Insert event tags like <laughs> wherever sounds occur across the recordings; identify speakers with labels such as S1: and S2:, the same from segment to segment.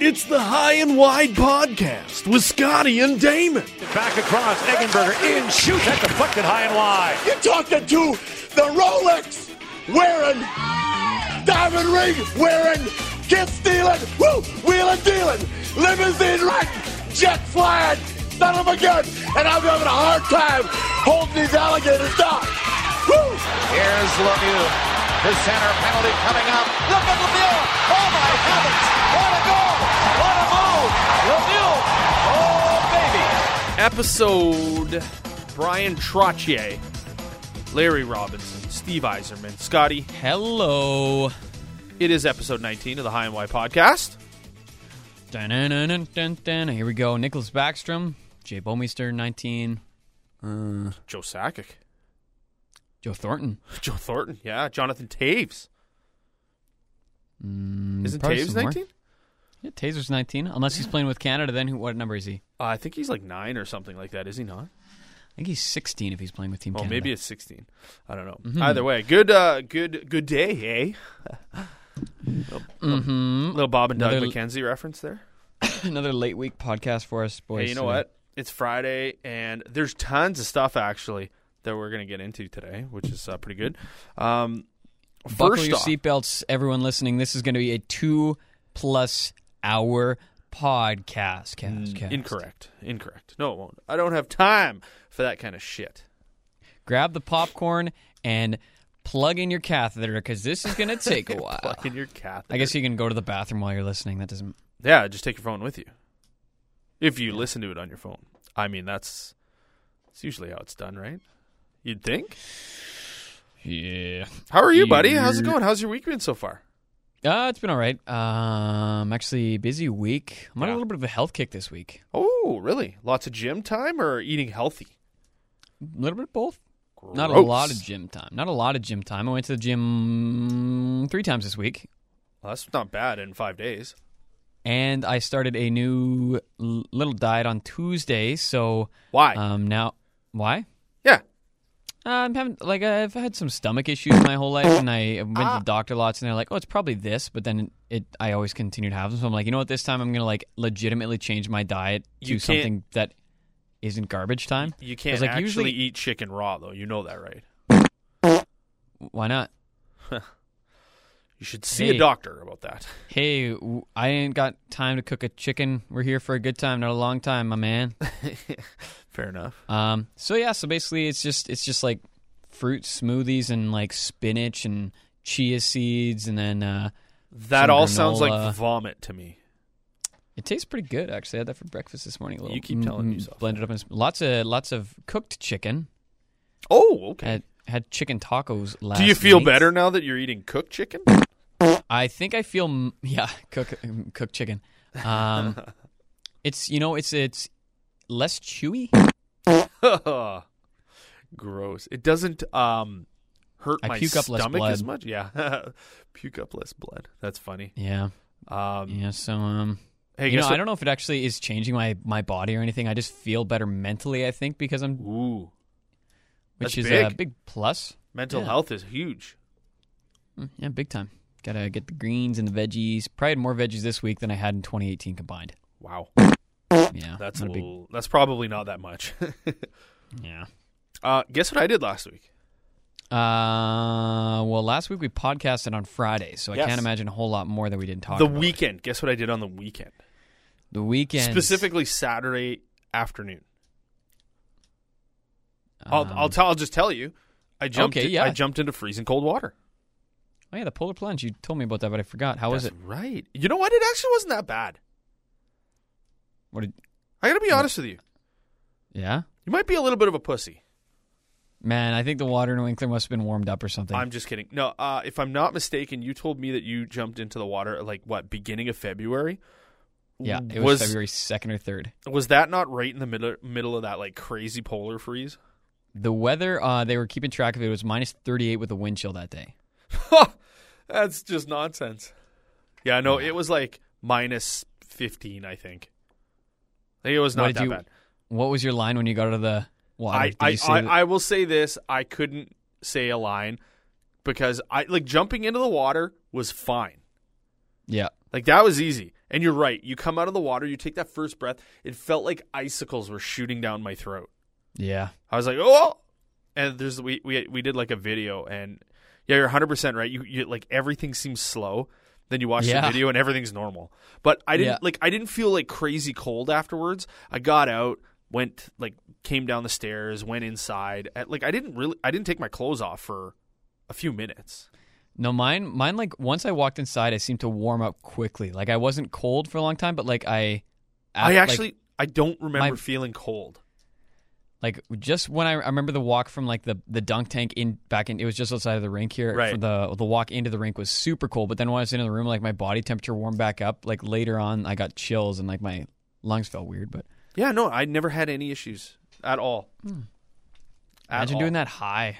S1: It's the High and Wide podcast with Scotty and Damon.
S2: Back across, Eggenberger in, shoots, that deflected high and wide.
S3: You're talking to the Rolex wearing, diamond ring wearing, gift stealing, woo, wheeling dealing, limousine riding, jet flying, son of a gun, and I'm having a hard time holding these alligators down. Woo!
S4: Here's Lemieux. The center penalty coming up. Look at Lemieux. Oh, my heavens. What a goal. What a move. Lemieux. Oh, baby. Oh,
S5: episode Brian Trottier, Larry Robinson, Steve Eiserman, Scotty.
S6: Hello.
S5: It is episode 19 of the High and Wide podcast.
S6: Dun-dun-dun-dun-dun. Here we go. Nicholas Backstrom, Jay Bomeister, 19.
S5: Joe Sakic,
S6: Joe Thornton.
S5: <laughs> Joe Thornton, yeah, Jonathan Taves. Isn't
S6: probably
S5: Taves
S6: some more.
S5: 19?
S6: Yeah, Taser's 19. Unless he's playing with Canada, then who, what number is he?
S5: Uh, I think he's like 9 or something like that, is he not?
S6: I think he's 16 if he's playing with Team
S5: Well,
S6: Canada. <laughs> Mm-hmm.
S5: maybe it's 16. I don't know. Either way, good uh, good good day, <laughs> eh? mm-hmm. Little Bob and Doug
S6: Another-
S5: McKenzie reference there.
S6: another late week podcast for us, boys. Uh,
S5: Hey, you know
S6: today.
S5: what? It's Friday, and there's tons of stuff actually that we're going to get into today, which is uh, pretty good. Um,
S6: Buckle
S5: first
S6: your
S5: off,
S6: seatbelts, everyone listening. This is going to be a two plus hour podcast.
S5: Hmm,
S6: Cast, cast.
S5: incorrect, incorrect. No, it won't. I don't have time for that kind of shit.
S6: Grab the popcorn and plug in your catheter because this is
S5: <laughs>
S6: going to take a while.
S5: Fucking your cat.
S6: I guess you can go to the bathroom while you're listening. That doesn't.
S5: Yeah, just take your phone with you. If you listen to it on your phone, I mean that's it's usually how it's done, right? You'd think.
S6: Yeah.
S5: How are you, buddy? How's it going? How's your week been so far?
S6: Uh, it's been all right. Um, actually, busy week. I'm on
S5: Yeah.
S6: a little bit of a health kick this week.
S5: Oh, really? Lots of gym time or eating healthy?
S6: A little bit of both. Not a
S5: Gross.
S6: lot of gym time. Not a lot of gym time. I went to the gym three times this week,
S5: Well, that's not bad in five days.
S6: and I started a new l- little diet on Tuesday. So
S5: Why?
S6: um, now, why?
S5: yeah.
S6: Uh, I'm having like I've had some stomach issues my whole life, and I went
S5: Ah.
S6: to the doctor lots, and they're like, "Oh, it's probably this," but then it I always continued to have them. So I'm like, you know what? This time I'm gonna like legitimately change my diet to
S5: You can't-
S6: something that isn't garbage time.
S5: You
S6: 'Cause,
S5: can't
S6: like
S5: actually
S6: usually.
S5: eat chicken raw, though. You know that, right?
S6: why not?
S5: You should see a
S6: Hey.
S5: doctor about that.
S6: Hey, w- I ain't got time to cook a chicken. We're here for a good time, not a long time,
S5: <laughs>
S6: my man.
S5: <laughs> Fair enough.
S6: um. So yeah. So basically, it's just it's just like fruit smoothies and like spinach and chia seeds, and then uh,
S5: That
S6: Some
S5: all sounds like
S6: granola.
S5: vomit to me.
S6: It tastes pretty good, actually. I had that for breakfast this morning. A little,
S5: You keep telling
S6: mm,
S5: yourself
S6: Blended up in lots of lots of cooked chicken.
S5: Oh, okay.
S6: Had had chicken tacos last.
S5: Do you feel
S6: night.
S5: better now that you're eating cooked
S6: <laughs>
S5: chicken?
S6: I think I feel m- <laughs> yeah, cook um, cooked chicken.
S5: <laughs>
S6: Um, it's you know it's it's less chewy.
S5: <laughs> Gross. It doesn't um hurt
S6: I
S5: my
S6: puke up
S5: stomach
S6: less blood.
S5: as much. Yeah, <laughs> puke up less blood. That's funny.
S6: Yeah,
S5: Um,
S6: yeah. So um,
S5: Hey,
S6: you know
S5: guess
S6: I don't know if it actually is changing my my body or anything. I just feel better mentally. I think because I'm,
S5: what- Ooh,
S6: which
S5: that's
S6: is a
S5: big.
S6: big plus.
S5: mental
S6: Yeah.
S5: health is huge.
S6: Mm, Yeah, big time. Gotta get the greens and the veggies. Probably had more veggies this week than I had in 2018 combined.
S5: Wow,
S6: <coughs> Yeah,
S5: that's a
S6: not big-
S5: little, that's probably not that much. <laughs>
S6: Yeah.
S5: uh, guess what I did last week?
S6: Uh, well, last week we podcasted on Friday, so
S5: Yes.
S6: I can't imagine a whole lot more that we didn't talk
S5: the
S6: about.
S5: weekend. Guess what I did on the weekend?
S6: the weekend,
S5: Specifically Saturday afternoon. I'll I'll, tell, I'll just tell you. I jumped.
S6: Um. Okay,
S5: in-
S6: yeah.
S5: I jumped into freezing cold water.
S6: Oh yeah, the polar plunge. You told me about that, but I forgot. How was it?
S5: That's right? You know what? It actually wasn't that bad.
S6: What? Did,
S5: I gotta
S6: Mm.
S5: be honest with you.
S6: yeah,
S5: You might be a little bit of a pussy.
S6: man, I think the water in Winkler must have been warmed up or something.
S5: I'm just kidding. No, uh, if I'm not mistaken, you told me that you jumped into the water at, like what beginning of February.
S6: yeah, it was,
S5: was
S6: February second or third.
S5: was that not right in the middle middle of that like crazy polar freeze? <laughs>
S6: The weather uh, they were keeping track of it was minus 38 with a wind chill that day.
S5: That's just nonsense. Yeah, no, it was like minus fifteen, I think. Like, It was
S6: What
S5: not
S6: did
S5: that
S6: you-
S5: bad.
S6: What was your line when you got out of the water?
S5: I,
S6: Did
S5: I,
S6: you say
S5: I,
S6: that-
S5: I will say this: I couldn't say a line because I like jumping into the water was fine.
S6: yeah,
S5: Like that was easy. And you're right. You come out of the water, you take that first breath. It felt like icicles were shooting down my throat.
S6: Yeah.
S5: I was like, oh, and there's we we we did like a video, and yeah, you're 100 percent right. You you like everything seems slow. Then you watch
S6: Yeah.
S5: the video and everything's normal. But I didn't
S6: Yeah.
S5: like I didn't feel like crazy cold afterwards. I got out, went like came down the stairs, went inside. At, like I didn't really I didn't take my clothes off for a few minutes.
S6: No, mine, mine. Like once I walked inside, I seemed to warm up quickly. Like I wasn't cold for a long time, but like I,
S5: I
S6: like-
S5: actually I don't remember
S6: my-
S5: feeling cold.
S6: like, just when I, I remember the walk from like the the dunk tank in back in. It was just outside of the rink here.
S5: Right.
S6: For the the walk into the rink was super cold, but then when I was in the room, like my body temperature warmed back up. Like later on, I got chills and like my lungs felt weird. But
S5: Yeah, no, I never had any issues at all. At
S6: Hmm. imagine
S5: all.
S6: doing that high.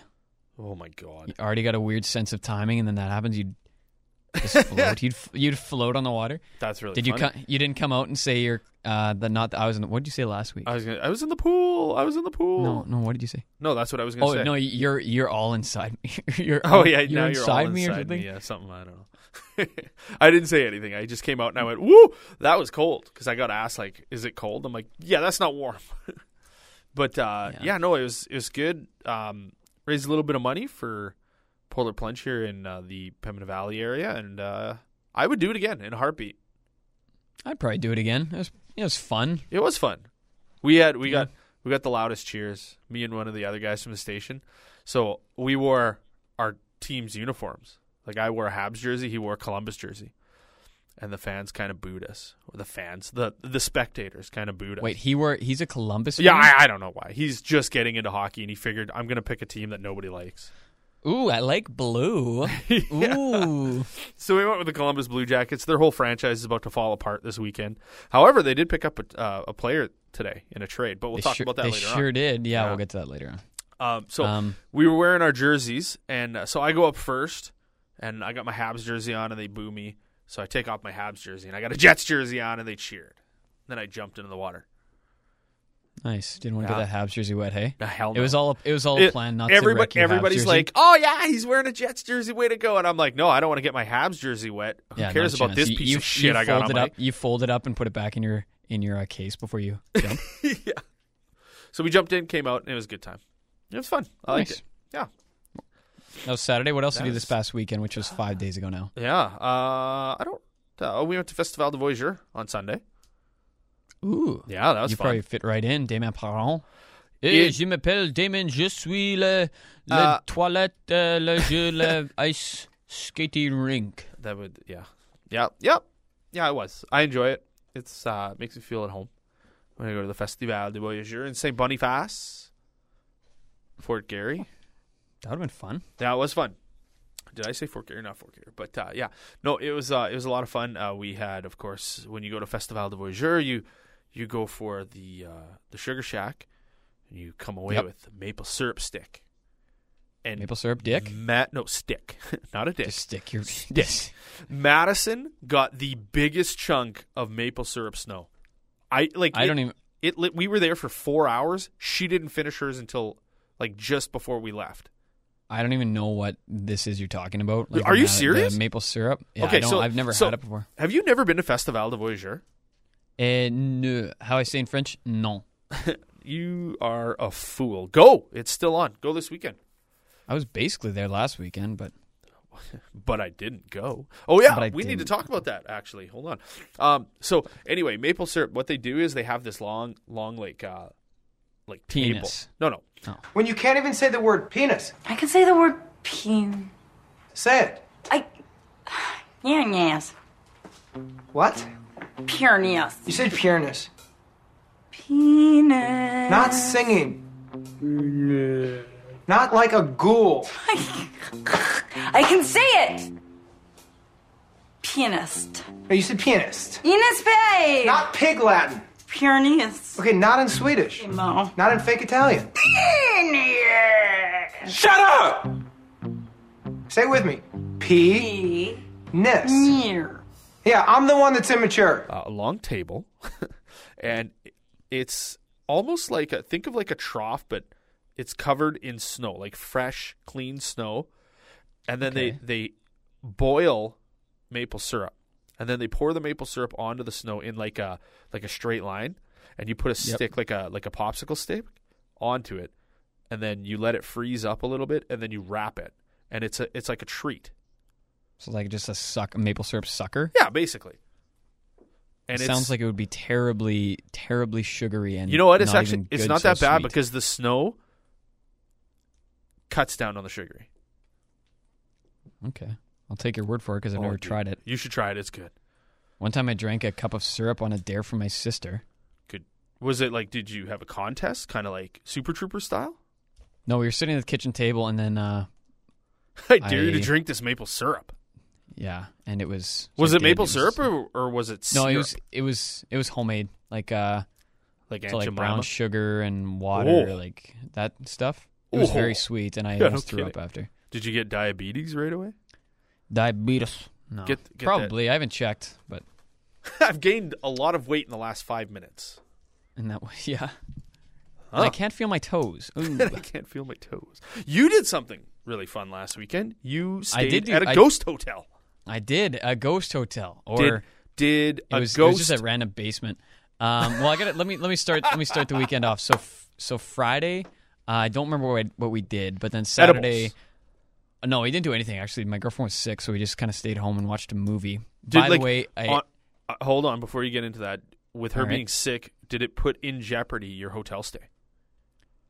S5: Oh my god.
S6: You already got a weird sense of timing, and then that happens. You'd
S5: <laughs>
S6: just float. you'd f- you'd float on the water.
S5: That's really
S6: Did you
S5: funny.
S6: come, you didn't come out and say you're uh the not I was in the, what did you say last week?
S5: I was gonna, I was in the pool. I was in the pool.
S6: no, no, what did you say?
S5: No, that's what I was gonna
S6: Oh
S5: say.
S6: no, you're you're all inside me. <laughs> you're
S5: <laughs> oh yeah,
S6: you're
S5: now
S6: inside
S5: you're all
S6: me
S5: inside
S6: or something.
S5: Me, yeah, something I don't know. <laughs> I didn't say anything. I just came out and I went, "Woo, that was cold." Because I got asked, like, "Is it cold?" I'm like, "Yeah, that's not warm." <laughs> but uh, yeah. no, it was it was good. Um, raised a little bit of money for Polar Plunge here in uh, the Pemina Valley area, and uh, I would do it again in a heartbeat.
S6: I'd probably do it again. It was it was fun.
S5: It was fun. We had we got we got the loudest cheers. Me and one of the other guys from the station. So we wore our team's uniforms. Like I wore a Habs jersey, he wore a Columbus jersey, and the fans kind of booed us. Or the fans, the the spectators kind of booed us.
S6: Wait, he were he's a Columbus.
S5: yeah,
S6: fan?
S5: I, I don't know why. He's just getting into hockey, and he figured I'm going to pick a team that nobody likes.
S6: Ooh, I
S5: <laughs>
S6: like blue. Ooh,
S5: So we went with the Columbus Blue Jackets. Their whole franchise is about to fall apart this weekend. However, they did pick up a, uh, a player today in a trade, but we'll
S6: they
S5: talk
S6: sure,
S5: about that
S6: they
S5: later.
S6: sure
S5: on.
S6: did. Yeah,
S5: Yeah.
S6: we'll get to that later on.
S5: Um, so
S6: Um,
S5: we were wearing our jerseys, and uh, so I go up first, and I got my Habs jersey on, and they boo me. So I take off my Habs jersey, and I got a Jets jersey on, and they cheered. Then I jumped into the water.
S6: Nice. Didn't want to
S5: Yeah.
S6: get that Habs jersey wet. Hey,
S5: The hell,
S6: it was
S5: no.
S6: all it was all
S5: It-
S6: a plan. Not to
S5: everybody,
S6: wreck your Habs
S5: everybody's
S6: jersey.
S5: like, "Oh yeah, he's wearing a Jets jersey. Way to go!" And I'm like, "No, I don't want to get my Habs jersey wet. Who
S6: Yeah, no
S5: cares about
S6: chance.
S5: this
S6: You-
S5: piece
S6: you-
S5: of shit
S6: you
S5: I got
S6: fold
S5: on
S6: it
S5: my
S6: up. You fold it up and put it back in your in your uh, case before you
S5: <laughs>
S6: jump.
S5: So we jumped in, came out, and it was a good time. It was fun. I liked
S6: Nice.
S5: it. Yeah,
S6: That was Saturday. What else did you do this
S5: That's-
S6: past weekend, which was five days ago now?
S5: yeah. Uh, I don't. Uh, oh, we went to Festival de Voyageur on Sunday.
S6: Ooh.
S5: Yeah, that was
S6: you
S5: fun.
S6: probably fit right in, Damien Parent.
S5: Et-
S6: je m'appelle Damien, je suis le, le
S5: Euh,
S6: toilette, euh, le jeu, <laughs> le ice skating rink.
S5: That would yeah. Yeah. Yep. Yeah, I was. I enjoy it. It's uh makes me feel at home. When I go to the Festival de Voyageur in Saint Boniface. Fort Gary.
S6: That would have been fun.
S5: That was fun. Did I say Fort Gary? Not Fort Gary, but uh, yeah, no, it was uh, it was a lot of fun. Uh, we had, of course, when you go to Festival de Voyageur, you you go for the uh, the Sugar Shack, and you come away
S6: Yep.
S5: with maple syrup stick, and
S6: Maple syrup dick.
S5: Matt, no stick, <laughs> not a dick,
S6: Just stick your dick.
S5: Madison got the biggest chunk of maple syrup snow. I like.
S6: I
S5: it,
S6: don't even.
S5: It lit, we were there for four hours. She didn't finish hers until like just before we left.
S6: I don't even know what this is you're talking about.
S5: Are
S6: the
S5: you
S6: ma- the
S5: serious?
S6: maple syrup. Yeah,
S5: Okay,
S6: I don't,
S5: so-
S6: I've never
S5: so-
S6: had it before.
S5: Have you never been to Festival de Voyageur?
S6: Eh, no. How I say in French? Non.
S5: You are a fool. Go. It's still on. Go this weekend.
S6: I was basically there last weekend, but
S5: But I didn't go. Oh yeah,
S6: But I
S5: we need to
S6: didn't.
S5: talk about that actually. Hold on. Um, so anyway, maple syrup. What they do is they have this long, long like, uh, like table.
S6: Penis.
S5: No, no.
S7: When you can't even say the word penis,
S8: I can say the word peen.
S7: say it.
S8: I. Pyrenees.
S7: What?
S8: Pyrenees.
S7: You said pureness,
S8: Penis.
S7: not singing. Not like a ghoul.
S8: I can say it. Pianist.
S7: No, you said pianist.
S8: Enos Bay.
S7: Not pig Latin.
S8: Pyrenees.
S7: Okay, not in Swedish.
S8: No.
S7: Not in fake Italian.
S8: Penis.
S7: Shut up! Say it with me. P ness.
S8: Near.
S7: Yeah, I'm the one that's immature.
S5: uh, a long table, <laughs> and it's almost like a think of like a trough, but it's covered in snow, like fresh, clean snow. And then they they boil maple syrup, and then they pour the maple syrup onto the snow in like a like a straight line, and you put a stick like a like a popsicle stick onto it, and then you let it freeze up a little bit, and then you wrap it, and it's a it's like a treat.
S6: So like just a suck maple syrup sucker.
S5: Yeah, basically. And
S6: it
S5: it's-
S6: sounds like it would be terribly, terribly sugary and
S5: you know what? It's
S6: not
S5: actually
S6: even
S5: it's
S6: good,
S5: not
S6: so
S5: that bad
S6: sweet.
S5: because the snow cuts down on the sugary.
S6: okay, I'll take your word for it because I've
S5: Oh,
S6: never
S5: dude.
S6: tried it.
S5: You should try it. It's good.
S6: One time I drank a cup of syrup on a dare from my sister.
S5: Good. Was it like? Did you have a contest, kind of like Super Trooper style? <laughs>
S6: No, we were sitting at the kitchen table and then uh
S5: I dare you to
S6: I-
S5: drink this maple syrup.
S6: yeah, and it was
S5: Was
S6: I
S5: it
S6: did,
S5: maple
S6: was-
S5: syrup or, or was it
S6: No,
S5: syrup?
S6: it was it was it was homemade. Like uh
S5: like Aunt
S6: so like
S5: Jemima?
S6: brown sugar and water,
S5: Oh.
S6: like that stuff. It was
S5: Oh.
S6: very sweet and I
S5: no
S6: almost threw up
S5: kidding.
S6: after.
S5: Did you get diabetes right away? <laughs>
S6: Diabetes. No.
S5: Get- get that-
S6: Probably. I haven't checked, but
S5: I've gained a lot of weight in the last five minutes.
S6: in that way, <laughs> yeah. And I can't feel my toes. Ooh.
S5: <laughs> I can't feel my toes. You did something really fun last weekend. You stayed
S6: did do-
S5: at a
S6: I-
S5: ghost hotel.
S6: I did a ghost hotel, or
S5: Did did
S6: it
S5: a
S6: was, it was
S5: ghost?
S6: just a random basement. Um, well, I got to let me let me start let me start the weekend off. So f- so Friday, uh, I don't remember what I, what we did, but then Saturday,
S5: Edibles.
S6: no, we didn't do anything. Actually, my girlfriend was sick, so we just kind of stayed home and watched a movie.
S5: Did,
S6: By
S5: like,
S6: the way, I,
S5: on- uh, hold on before you get into that. With her
S6: All right.
S5: being sick, did it put in jeopardy your hotel stay?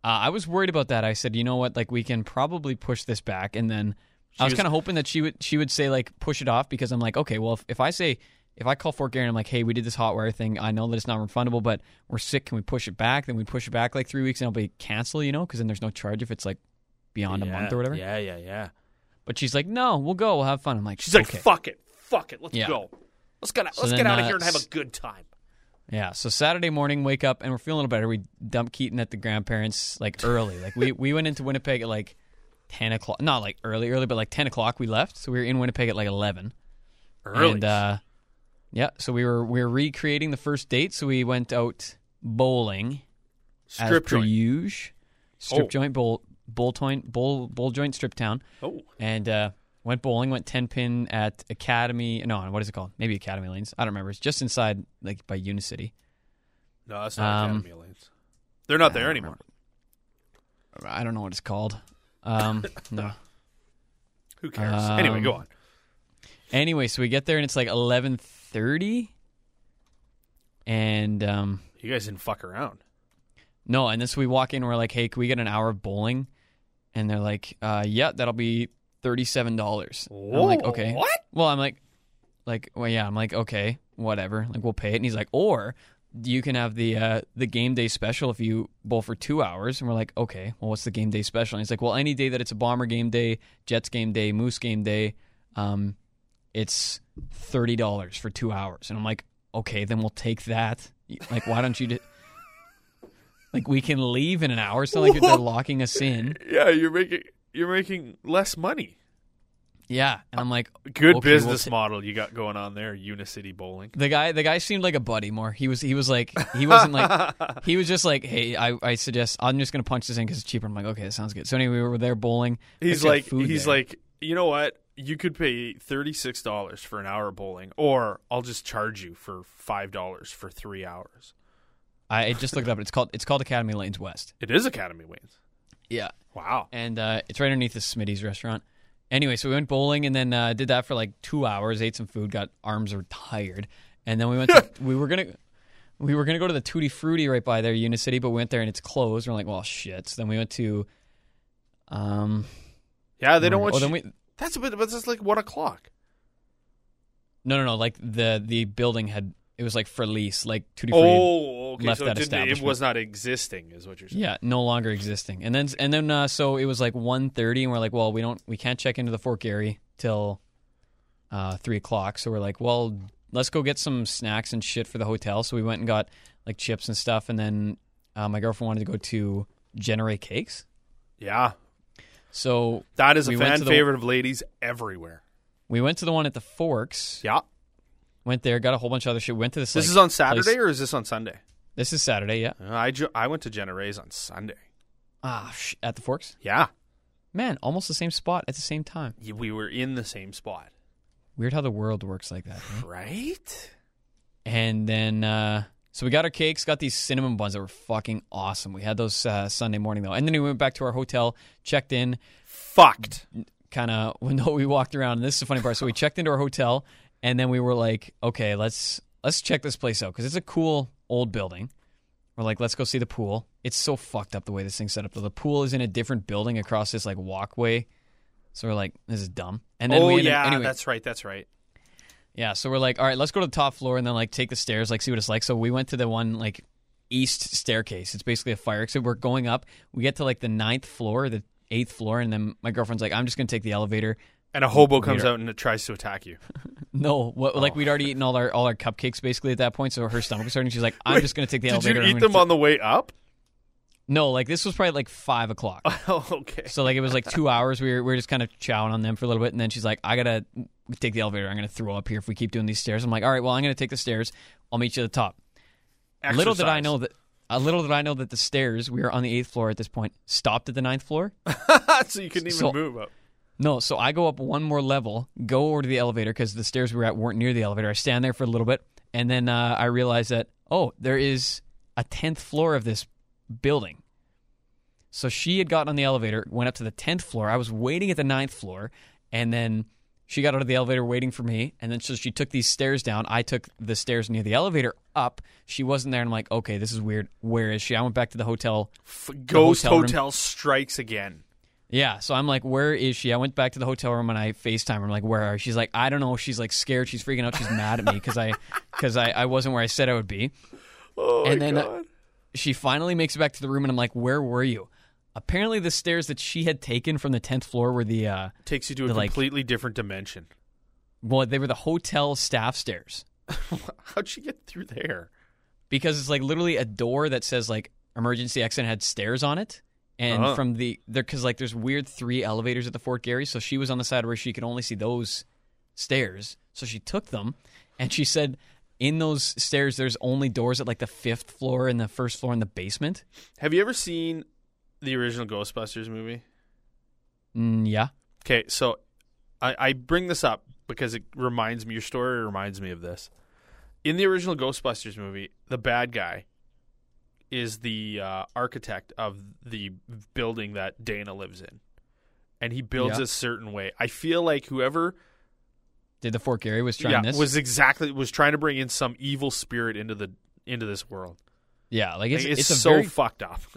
S6: Uh, I was worried about that. I said, you know what, like we can probably push this back, and then
S5: She
S6: I was,
S5: was-
S6: kind of hoping that she would she would say like push it off because I'm like, okay, well if, if I say if I call Fort Garry and I'm like, hey, we did this hotwire thing. I know that it's not refundable, but we're sick. Can we push it back? Then we push it back like three weeks, and it'll be cancel, you know, because then there's no charge if it's like beyond a month or whatever.
S5: Yeah, yeah, yeah.
S6: But she's like, no, we'll go, we'll have fun. I'm like,
S5: She's like,
S6: okay.
S5: "Fuck it, fuck it, let's
S6: Yeah.
S5: go, let's get out,
S6: So
S5: let's
S6: then,
S5: get out of
S6: uh,
S5: here and have
S6: s-
S5: a good time."
S6: Yeah. So Saturday morning, wake up and we're feeling a little better. We dump Keaton at the grandparents like early. like we we went into Winnipeg at like ten o'clock. Not like early, early, but like ten o'clock. We left, so we were in Winnipeg at like eleven.
S5: Early.
S6: And uh, yeah, so we were we were recreating the first date. So we went out bowling
S5: Strip
S6: as per
S5: joint.
S6: usual. Strip
S5: Oh.
S6: joint bowl bowl joint bowl bowl joint strip town.
S5: Oh.
S6: And uh, went bowling. Went ten pin at Academy. No, what is it called? Maybe Academy Lanes. I don't remember. It's just inside like by Unicity.
S5: No, that's not
S6: Um,
S5: Academy Lanes. They're not there anymore.
S6: I don't know what it's called.
S5: <laughs>
S6: Um, no.
S5: Who cares? anyway,
S6: Um,
S5: go on.
S6: Anyway, so we get there and it's like eleven thirty, and um,
S5: You guys didn't fuck around.
S6: no, and then so we walk in. We're like, "Hey, can we get an hour of bowling?" And they're like, uh, "Yeah, that'll be thirty-seven dollars." I'm like,
S5: Whoa,
S6: "Okay."
S5: what?
S6: Well, I'm like, like, well, yeah. I'm like, okay, whatever. Like, we'll pay it. And he's like, or you can have the uh, the game day special if you bowl for two hours. And we're like, okay, well, what's the game day special? And he's like, well, any day that it's a bomber game day, Jets game day, Moose game day, um, it's thirty dollars for two hours. And I'm like, okay, then we'll take that. Like, why don't you? Di- like, we can leave in an hour. It's
S5: <laughs>
S6: not like they're locking us in.
S5: Yeah, you're making you're making less money.
S6: Yeah, and I'm like,
S5: Good
S6: okay, we'll
S5: business
S6: ta-
S5: model you got going on there, Unicity Bowling.
S6: The guy, the guy seemed like a buddy more. He was, he was like, he
S5: <laughs>
S6: wasn't like, he was just like, hey, I, I suggest I'm just gonna punch this in because it's cheaper. I'm like, okay, that sounds good. So anyway, we were there bowling. We
S5: He's
S6: actually had
S5: like
S6: food
S5: he's
S6: there.
S5: like, you know what? You could pay thirty six dollars for an hour of bowling, or I'll just charge you for five dollars for three hours.
S6: I I just looked it up. It's called, it's called Academy Lanes West.
S5: It is Academy Lanes.
S6: Yeah,
S5: Wow.
S6: and uh, it's right underneath the Smitty's restaurant. Anyway, so we went bowling and then uh, did that for like two hours. Ate some food. Got arms are tired, and then we
S5: <laughs>
S6: went. to, we were gonna. We were gonna go to the Tutti Frutti right by there, Unicity, but we went there and it's closed. We're like, well, shit. So then we went to, um,
S5: Yeah, they don't
S6: oh,
S5: want you.
S6: then we,
S5: That's a bit, but that's like one o'clock.
S6: No, no, no. Like the the building had it was like for lease, like Tutti Frutti.
S5: Oh, okay.
S6: left
S5: so
S6: that
S5: it, didn't, it
S6: establishment.
S5: was not existing, is what you're saying.
S6: Yeah, no longer existing. And then and then uh, so it was like 1.30 and we're like, well, we don't we can't check into the Fort Gary till uh, three o'clock. So we're like, well, let's go get some snacks and shit for the hotel. So we went and got like chips and stuff, and then uh, my girlfriend wanted to go to Generate Cakes.
S5: Yeah,
S6: So
S5: that is a
S6: We went
S5: fan
S6: to the-
S5: favorite of ladies everywhere.
S6: we went to the one at the Forks.
S5: Yeah,
S6: Went there, got a whole bunch of other shit. Went to this.
S5: this
S6: like,
S5: is on Saturday
S6: place-
S5: or is this on Sunday?
S6: This is Saturday. Yeah.
S5: Uh, I ju- I went to Jenna Ray's on Sunday.
S6: Ah, sh- at the Forks.
S5: Yeah,
S6: Man, almost the same spot at the same time.
S5: Y- we were in the same spot.
S6: Weird how the world works like that. eh?
S5: Right?
S6: And then, uh, so we got our cakes, got these cinnamon buns that were fucking awesome. We had those uh, Sunday morning though, and then we went back to our hotel, checked in,
S5: Fucked.
S6: kind of <laughs> when we walked around. And this is the funny part.
S5: <laughs>
S6: So we checked into our hotel, and then we were like, okay, let's let's check this place out because it's a cool old building. We're like, let's go see the pool. It's so fucked up the way this thing's set up. Though the pool is in a different building across this like walkway. So we're like, this is dumb. And then
S5: oh
S6: we ended,
S5: yeah,
S6: anyway,
S5: that's right. That's right.
S6: yeah, so we're like, all right, let's go to the top floor and then like take the stairs, like see what it's like. So we went to the one like east staircase. It's basically a fire exit. We're going up. We get to like the ninth floor, the eighth floor, and then my girlfriend's like, I'm just gonna take the elevator.
S5: And a hobo comes out and it tries to attack you.
S6: No, what, like we'd already eaten all our all our cupcakes basically at that point. So her stomach was hurting. She's like, I'm just gonna take
S5: <laughs>
S6: the
S5: Did
S6: elevator.
S5: you
S6: I'm
S5: eat
S6: gonna
S5: them
S6: ta-
S5: on the way up? <laughs>
S6: No, like this was probably like five o'clock.
S5: Oh, okay.
S6: So like it was like two hours. We were, we were just kind of chowing on them for a little bit, and then she's like, "I gotta take the elevator. I'm gonna throw up here if we keep doing these stairs." I'm like, "All right, well, I'm gonna take the stairs. I'll meet you at the top." Little did I
S5: Exercise. <laughs>
S6: know that. A little did I know that the stairs we were on the eighth floor at this point stopped at the ninth floor.
S5: so you couldn't even
S6: So-
S5: move up.
S6: No, so I go up one more level, go over to the elevator because the stairs we were at weren't near the elevator. I stand there for a little bit, and then uh, I realize that oh, there is a tenth floor of this building. So she had gotten on the elevator, went up to the tenth floor. I was waiting at the ninth floor, and then she got out of the elevator waiting for me. And then so she took these stairs down. I took the stairs near the elevator up. She wasn't there, and I'm like, okay, this is weird. Where is she? I went back to the hotel
S5: F- Ghost
S6: hotel room.
S5: hotel strikes again.
S6: yeah, so I'm like, where is she? I went back to the hotel room and I FaceTime her. I'm like, where are? you? She's like, I don't know. She's like scared. She's freaking out. She's mad at me because I, because I, I wasn't where I said I would be.
S5: Oh
S6: and
S5: my
S6: then uh,
S5: god.
S6: she finally makes it back to the room and I'm like, where were you? Apparently, the stairs that she had taken from the tenth floor were the, uh,
S5: Takes you to a
S6: the, like-
S5: completely different dimension. <laughs>
S6: well, they were the hotel staff stairs
S5: How'd she get through there?
S6: because it's like literally a door that says like emergency exit had stairs on it. And
S5: Uh-huh.
S6: from the there, because like there's weird three elevators at the Fort Gary, so she was on the side where she could only see those stairs. So she took them, and she said, in those stairs, there's only doors at like the fifth floor and the first floor and the basement.
S5: Have you ever seen the original Ghostbusters movie?
S6: Mm, yeah,
S5: Okay, so I, I bring this up because it reminds me your story reminds me of this. In the original Ghostbusters movie, the bad guy is the uh, architect of the building that Dana lives in, and he builds
S6: Yeah.
S5: a certain way. I feel like whoever
S6: did the Fort Gary was trying
S5: yeah,
S6: this?
S5: was exactly was trying to bring in some evil spirit into the into this world.
S6: yeah, like it's
S5: Like, it's,
S6: a
S5: so
S6: very
S5: fucked up. <laughs>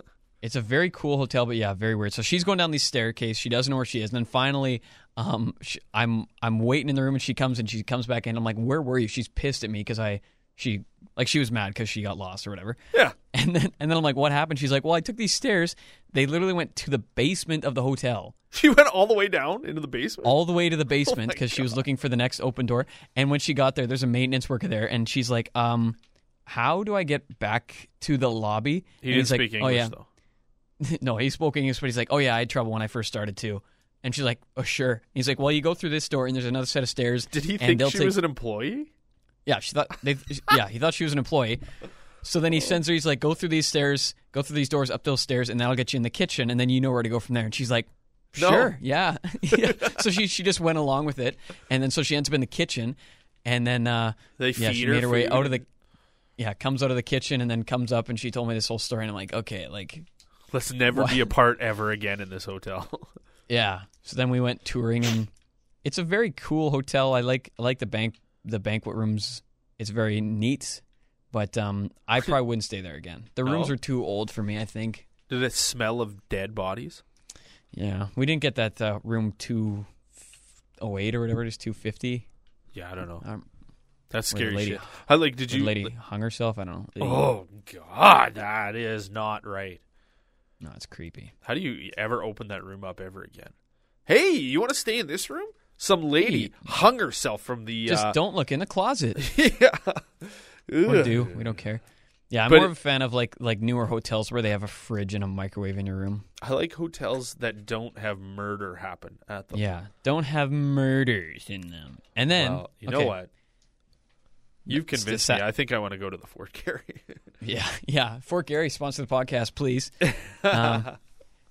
S6: It's a very cool hotel, but yeah, very weird. So she's going down these staircase. She doesn't know where she is. And then finally, um, sh I'm I'm waiting in the room, and she comes and she comes back in. I'm like, "Where were you?" She's pissed at me because I she like she was mad because she got lost or whatever. <laughs>
S5: Yeah. <laughs>
S6: And then and then I'm like, "What happened?" She's like, "Well, I took these stairs. They literally went to the basement of the hotel,
S5: She went all the way down into the basement.
S6: all the way
S5: <laughs> Oh
S6: to the basement because she was looking for the next open door. And when she got there, there's a maintenance worker there, and she's like, "Um, how do I get back to the lobby?"
S5: he
S6: And
S5: didn't
S6: he's like,
S5: speak
S6: "Oh
S5: English
S6: yeah."
S5: though.
S6: <laughs> no, he spoke English, but he's like, oh yeah, I had trouble when I first started too. And she's like, oh sure. And he's like, well, you go through this door and there's another set of stairs.
S5: Did he
S6: and
S5: think
S6: they'll
S5: she
S6: take-
S5: was an employee?
S6: Yeah, she thought they. yeah, he thought she was an employee. So then he sends her. He's like, go through these stairs, go through these doors, up those stairs, and that'll get you in the kitchen, and then you know where to go from there. And she's like,
S5: No.
S6: sure, yeah. <laughs> Yeah. so she she just went along with it, and then so she ends up in the kitchen, and then uh,
S5: They
S6: yeah, she
S5: feed her
S6: made her way
S5: food.
S6: out of the. Yeah, comes out of the kitchen and then comes up and she told me this whole story and I'm like, okay, like
S5: Let's never be apart ever again in this hotel. <laughs>
S6: Yeah. So then we went touring, and it's a very cool hotel. I like I like the bank the banquet rooms. It's very neat, but um, I probably wouldn't stay there again. The rooms
S5: No?
S6: were too old for me. I think.
S5: Did it smell of dead bodies?
S6: Yeah, we didn't get that uh, room two oh eight or whatever it is two fifty.
S5: Yeah, I don't know.
S6: Um,
S5: That's
S6: where the
S5: scary
S6: lady-
S5: shit. I like. Did
S6: The
S5: you?
S6: lady hung herself. I don't know.
S5: Oh God, that is not right.
S6: No, it's creepy.
S5: How do you ever open that room up ever again? Hey, you want to stay in this room? Some lady
S6: Hey.
S5: hung herself from the.
S6: Just
S5: uh,
S6: don't look in the closet.
S5: <laughs> yeah.
S6: or
S5: Ugh.
S6: do we don't care. Yeah, I'm
S5: But
S6: more
S5: it-
S6: of a fan of like like newer hotels where they have a fridge and a microwave in your room.
S5: I like hotels that don't have murder happen at them.
S6: Yeah, don't have murders in them. And then
S5: Well, you know
S6: okay,
S5: what? You've
S6: It's the
S5: convinced
S6: sa-
S5: me. I think I want to go to the Fort Gary. <laughs>
S6: <laughs> Yeah, yeah. Fort Gary sponsor the podcast, please. Um,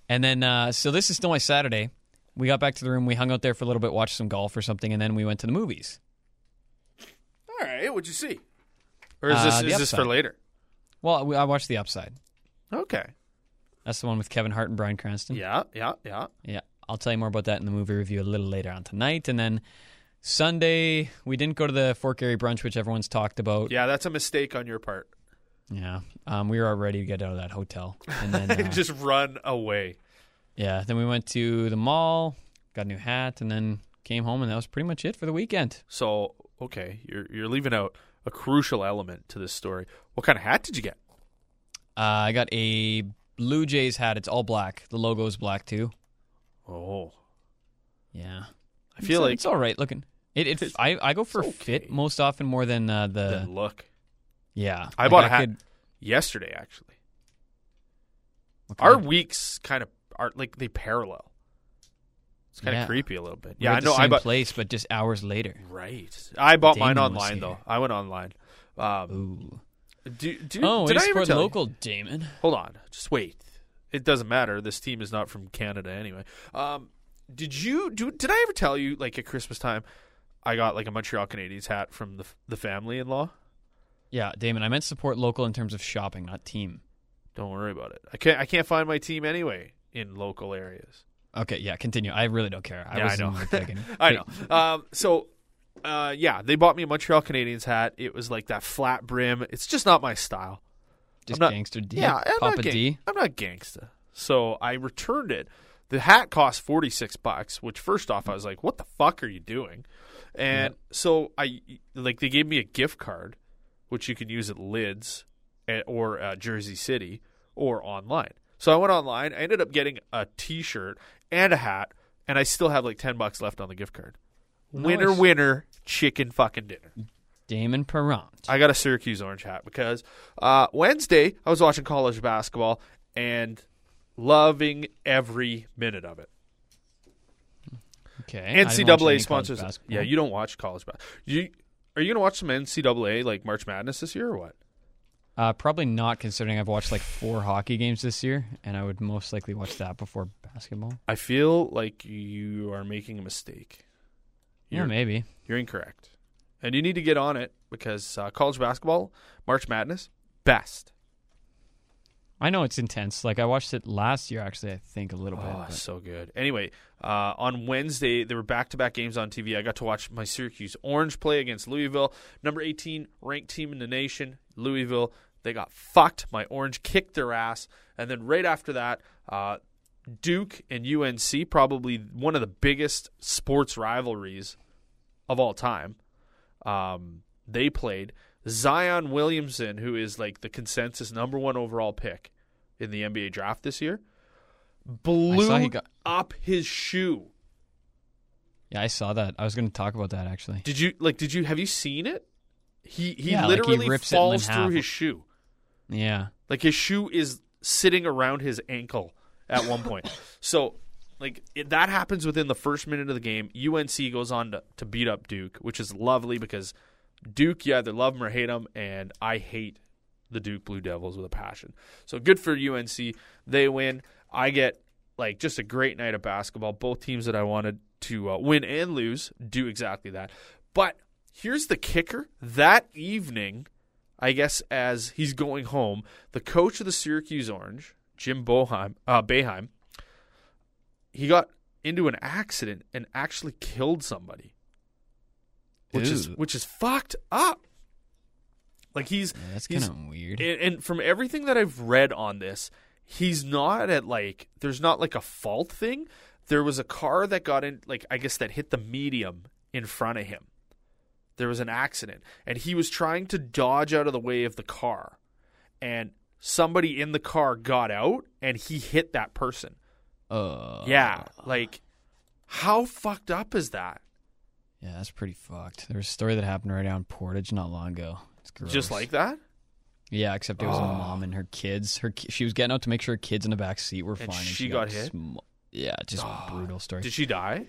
S6: and then, uh, so this is still my Saturday. We got back to the room. We hung out there for a little bit, watched some golf or something, and then we went to the movies.
S5: All right, what'd you see? Or is this
S6: Uh, the
S5: is this for
S6: upside.
S5: later?
S6: Well, we- I watched The Upside.
S5: Okay.
S6: That's the one with Kevin Hart and Brian Cranston.
S5: Yeah, yeah, yeah.
S6: Yeah, I'll tell you more about that in the movie review a little later on tonight. And then Sunday, we didn't go to the Fort Gary brunch, which everyone's talked about.
S5: Yeah, that's a mistake on your part. <laughs>
S6: Yeah. Um, we were all ready to get out of that hotel.
S5: <laughs>
S6: And then, uh,
S5: Just run away.
S6: yeah, then we went to the mall, got a new hat, and then came home, and that was pretty much it for the weekend.
S5: So, okay, you're you're leaving out a crucial element to this story. What kind of hat did you get?
S6: Uh, I got a Blue Jays hat. It's all black. The logo's black, too.
S5: Oh.
S6: Yeah.
S5: I feel
S6: it's,
S5: like
S6: it's all right looking. It, it I, I go for fit most often more than uh, the
S5: then look.
S6: yeah.
S5: I
S6: Like,
S5: bought a hat
S6: could-
S5: yesterday actually.
S6: okay.
S5: Our weeks kind of are like they parallel. It's kind
S6: Yeah.
S5: of creepy a little bit.
S6: We're
S5: yeah,
S6: at
S5: I
S6: the
S5: know I
S6: same
S5: bought
S6: place, but just hours later.
S5: right. I bought mine
S6: Damon was
S5: online though.
S6: here.
S5: I went online. Um
S6: Ooh.
S5: do, do,
S6: Oh,
S5: did
S6: it's
S5: I ever
S6: for
S5: tell you?
S6: local, Damon.
S5: Hold on, just wait. It doesn't matter. This team is not from Canada anyway. Um, did you do? Did I ever tell you like at Christmas time, I got like a Montreal Canadiens hat from the the family in law?
S6: Yeah, Damon. I meant support local in terms of shopping, not team.
S5: Don't worry about it. I can't. I can't find my team anyway in local areas.
S6: Okay, yeah, continue. I really don't care. I
S5: Yeah,
S6: was
S5: I know.
S6: in the Kraken.
S5: <laughs> I
S6: <laughs>
S5: know. Um, so, uh, yeah, they bought me a Montreal Canadiens hat. It was like that flat brim. It's just not my style.
S6: Just
S5: I'm not-
S6: gangster D.
S5: Yeah, I'm
S6: Papa
S5: not gang-
S6: D.
S5: I'm not gangsta. So I returned it. The hat cost forty six bucks, which first off I was like, "What the fuck are you doing?" And so I like they gave me a gift card, which you can use at Lids at, or uh, Jersey City or online. So I went online. I ended up getting a T shirt and a hat, and I still have like ten bucks left on the gift card. Winner,
S6: Nice.
S5: winner, chicken fucking dinner.
S6: Damon Perrant.
S5: I got a Syracuse orange hat because uh, Wednesday I was watching college basketball and loving every minute of it.
S6: Okay. I didn't watch any
S5: NCAA
S6: college
S5: sponsors.
S6: basketball.
S5: Yeah, you don't watch college basketball. You are you gonna watch some NCAA like March Madness this year or what?
S6: Uh, probably not, considering I've watched like four hockey games this year, and I would most likely watch that before basketball.
S5: I feel like you are making a mistake.
S6: Yeah, maybe.
S5: You're incorrect, and you need to get on it because uh, college basketball March Madness best.
S6: I know it's intense. Like I watched it last year, actually. I think a little bit.
S5: Oh,
S6: but-
S5: so good. Anyway, uh, on Wednesday there were back-to-back games on TV. I got to watch my Syracuse Orange play against Louisville, number 18 ranked team in the nation, Louisville. They got fucked. My Orange kicked their ass, and then right after that, uh, Duke and UNC, probably one of the biggest sports rivalries of all time. Um, they played Zion Williamson, who is like the consensus number one overall pick in the NBA draft this year, blew
S6: he got-
S5: up his shoe.
S6: yeah, I saw that. I was going to talk about that actually.
S5: Did you like? Did you have you seen it? He he
S6: Yeah, like, he
S5: literally
S6: rips it in
S5: falls through
S6: half.
S5: his shoe.
S6: Yeah.
S5: Like his shoe is sitting around his ankle at one
S6: <laughs>
S5: point. so, like it, that happens within the first minute of the game. UNC goes on to, to beat up Duke, which is lovely because Duke, you either love them or hate them, and I hate the Duke Blue Devils with a passion. So good for UNC. They win. I get like just a great night of basketball. Both teams that I wanted to uh, win and lose do exactly that. But here's the kicker: that evening. I guess as he's going home, the coach of the Syracuse Orange, Jim Boheim, uh, Boeheim, he got into an accident and actually killed somebody, which is
S6: Ooh.
S5: which is fucked up. Like he's
S6: Yeah, that's kind
S5: he's-
S6: of weird.
S5: and, and from everything that I've read on this, he's not at like there's not like a fault thing. There was a car that got in like I guess that hit the medium in front of him. There was an accident and he was trying to dodge out of the way of the car and somebody in the car got out and he hit that person.
S6: uh,
S5: yeah, like how fucked up is that?
S6: Yeah, that's pretty fucked. There was a story that happened right down Portage not long ago. It's gross.
S5: Just like Oh. that?
S6: yeah, except it was a mom and her kids. Her ki- she was getting out to make sure her kids in the back seat were
S5: And
S6: fine.
S5: she got hit? Oh,
S6: sm- yeah, just brutal story.
S5: Did she die?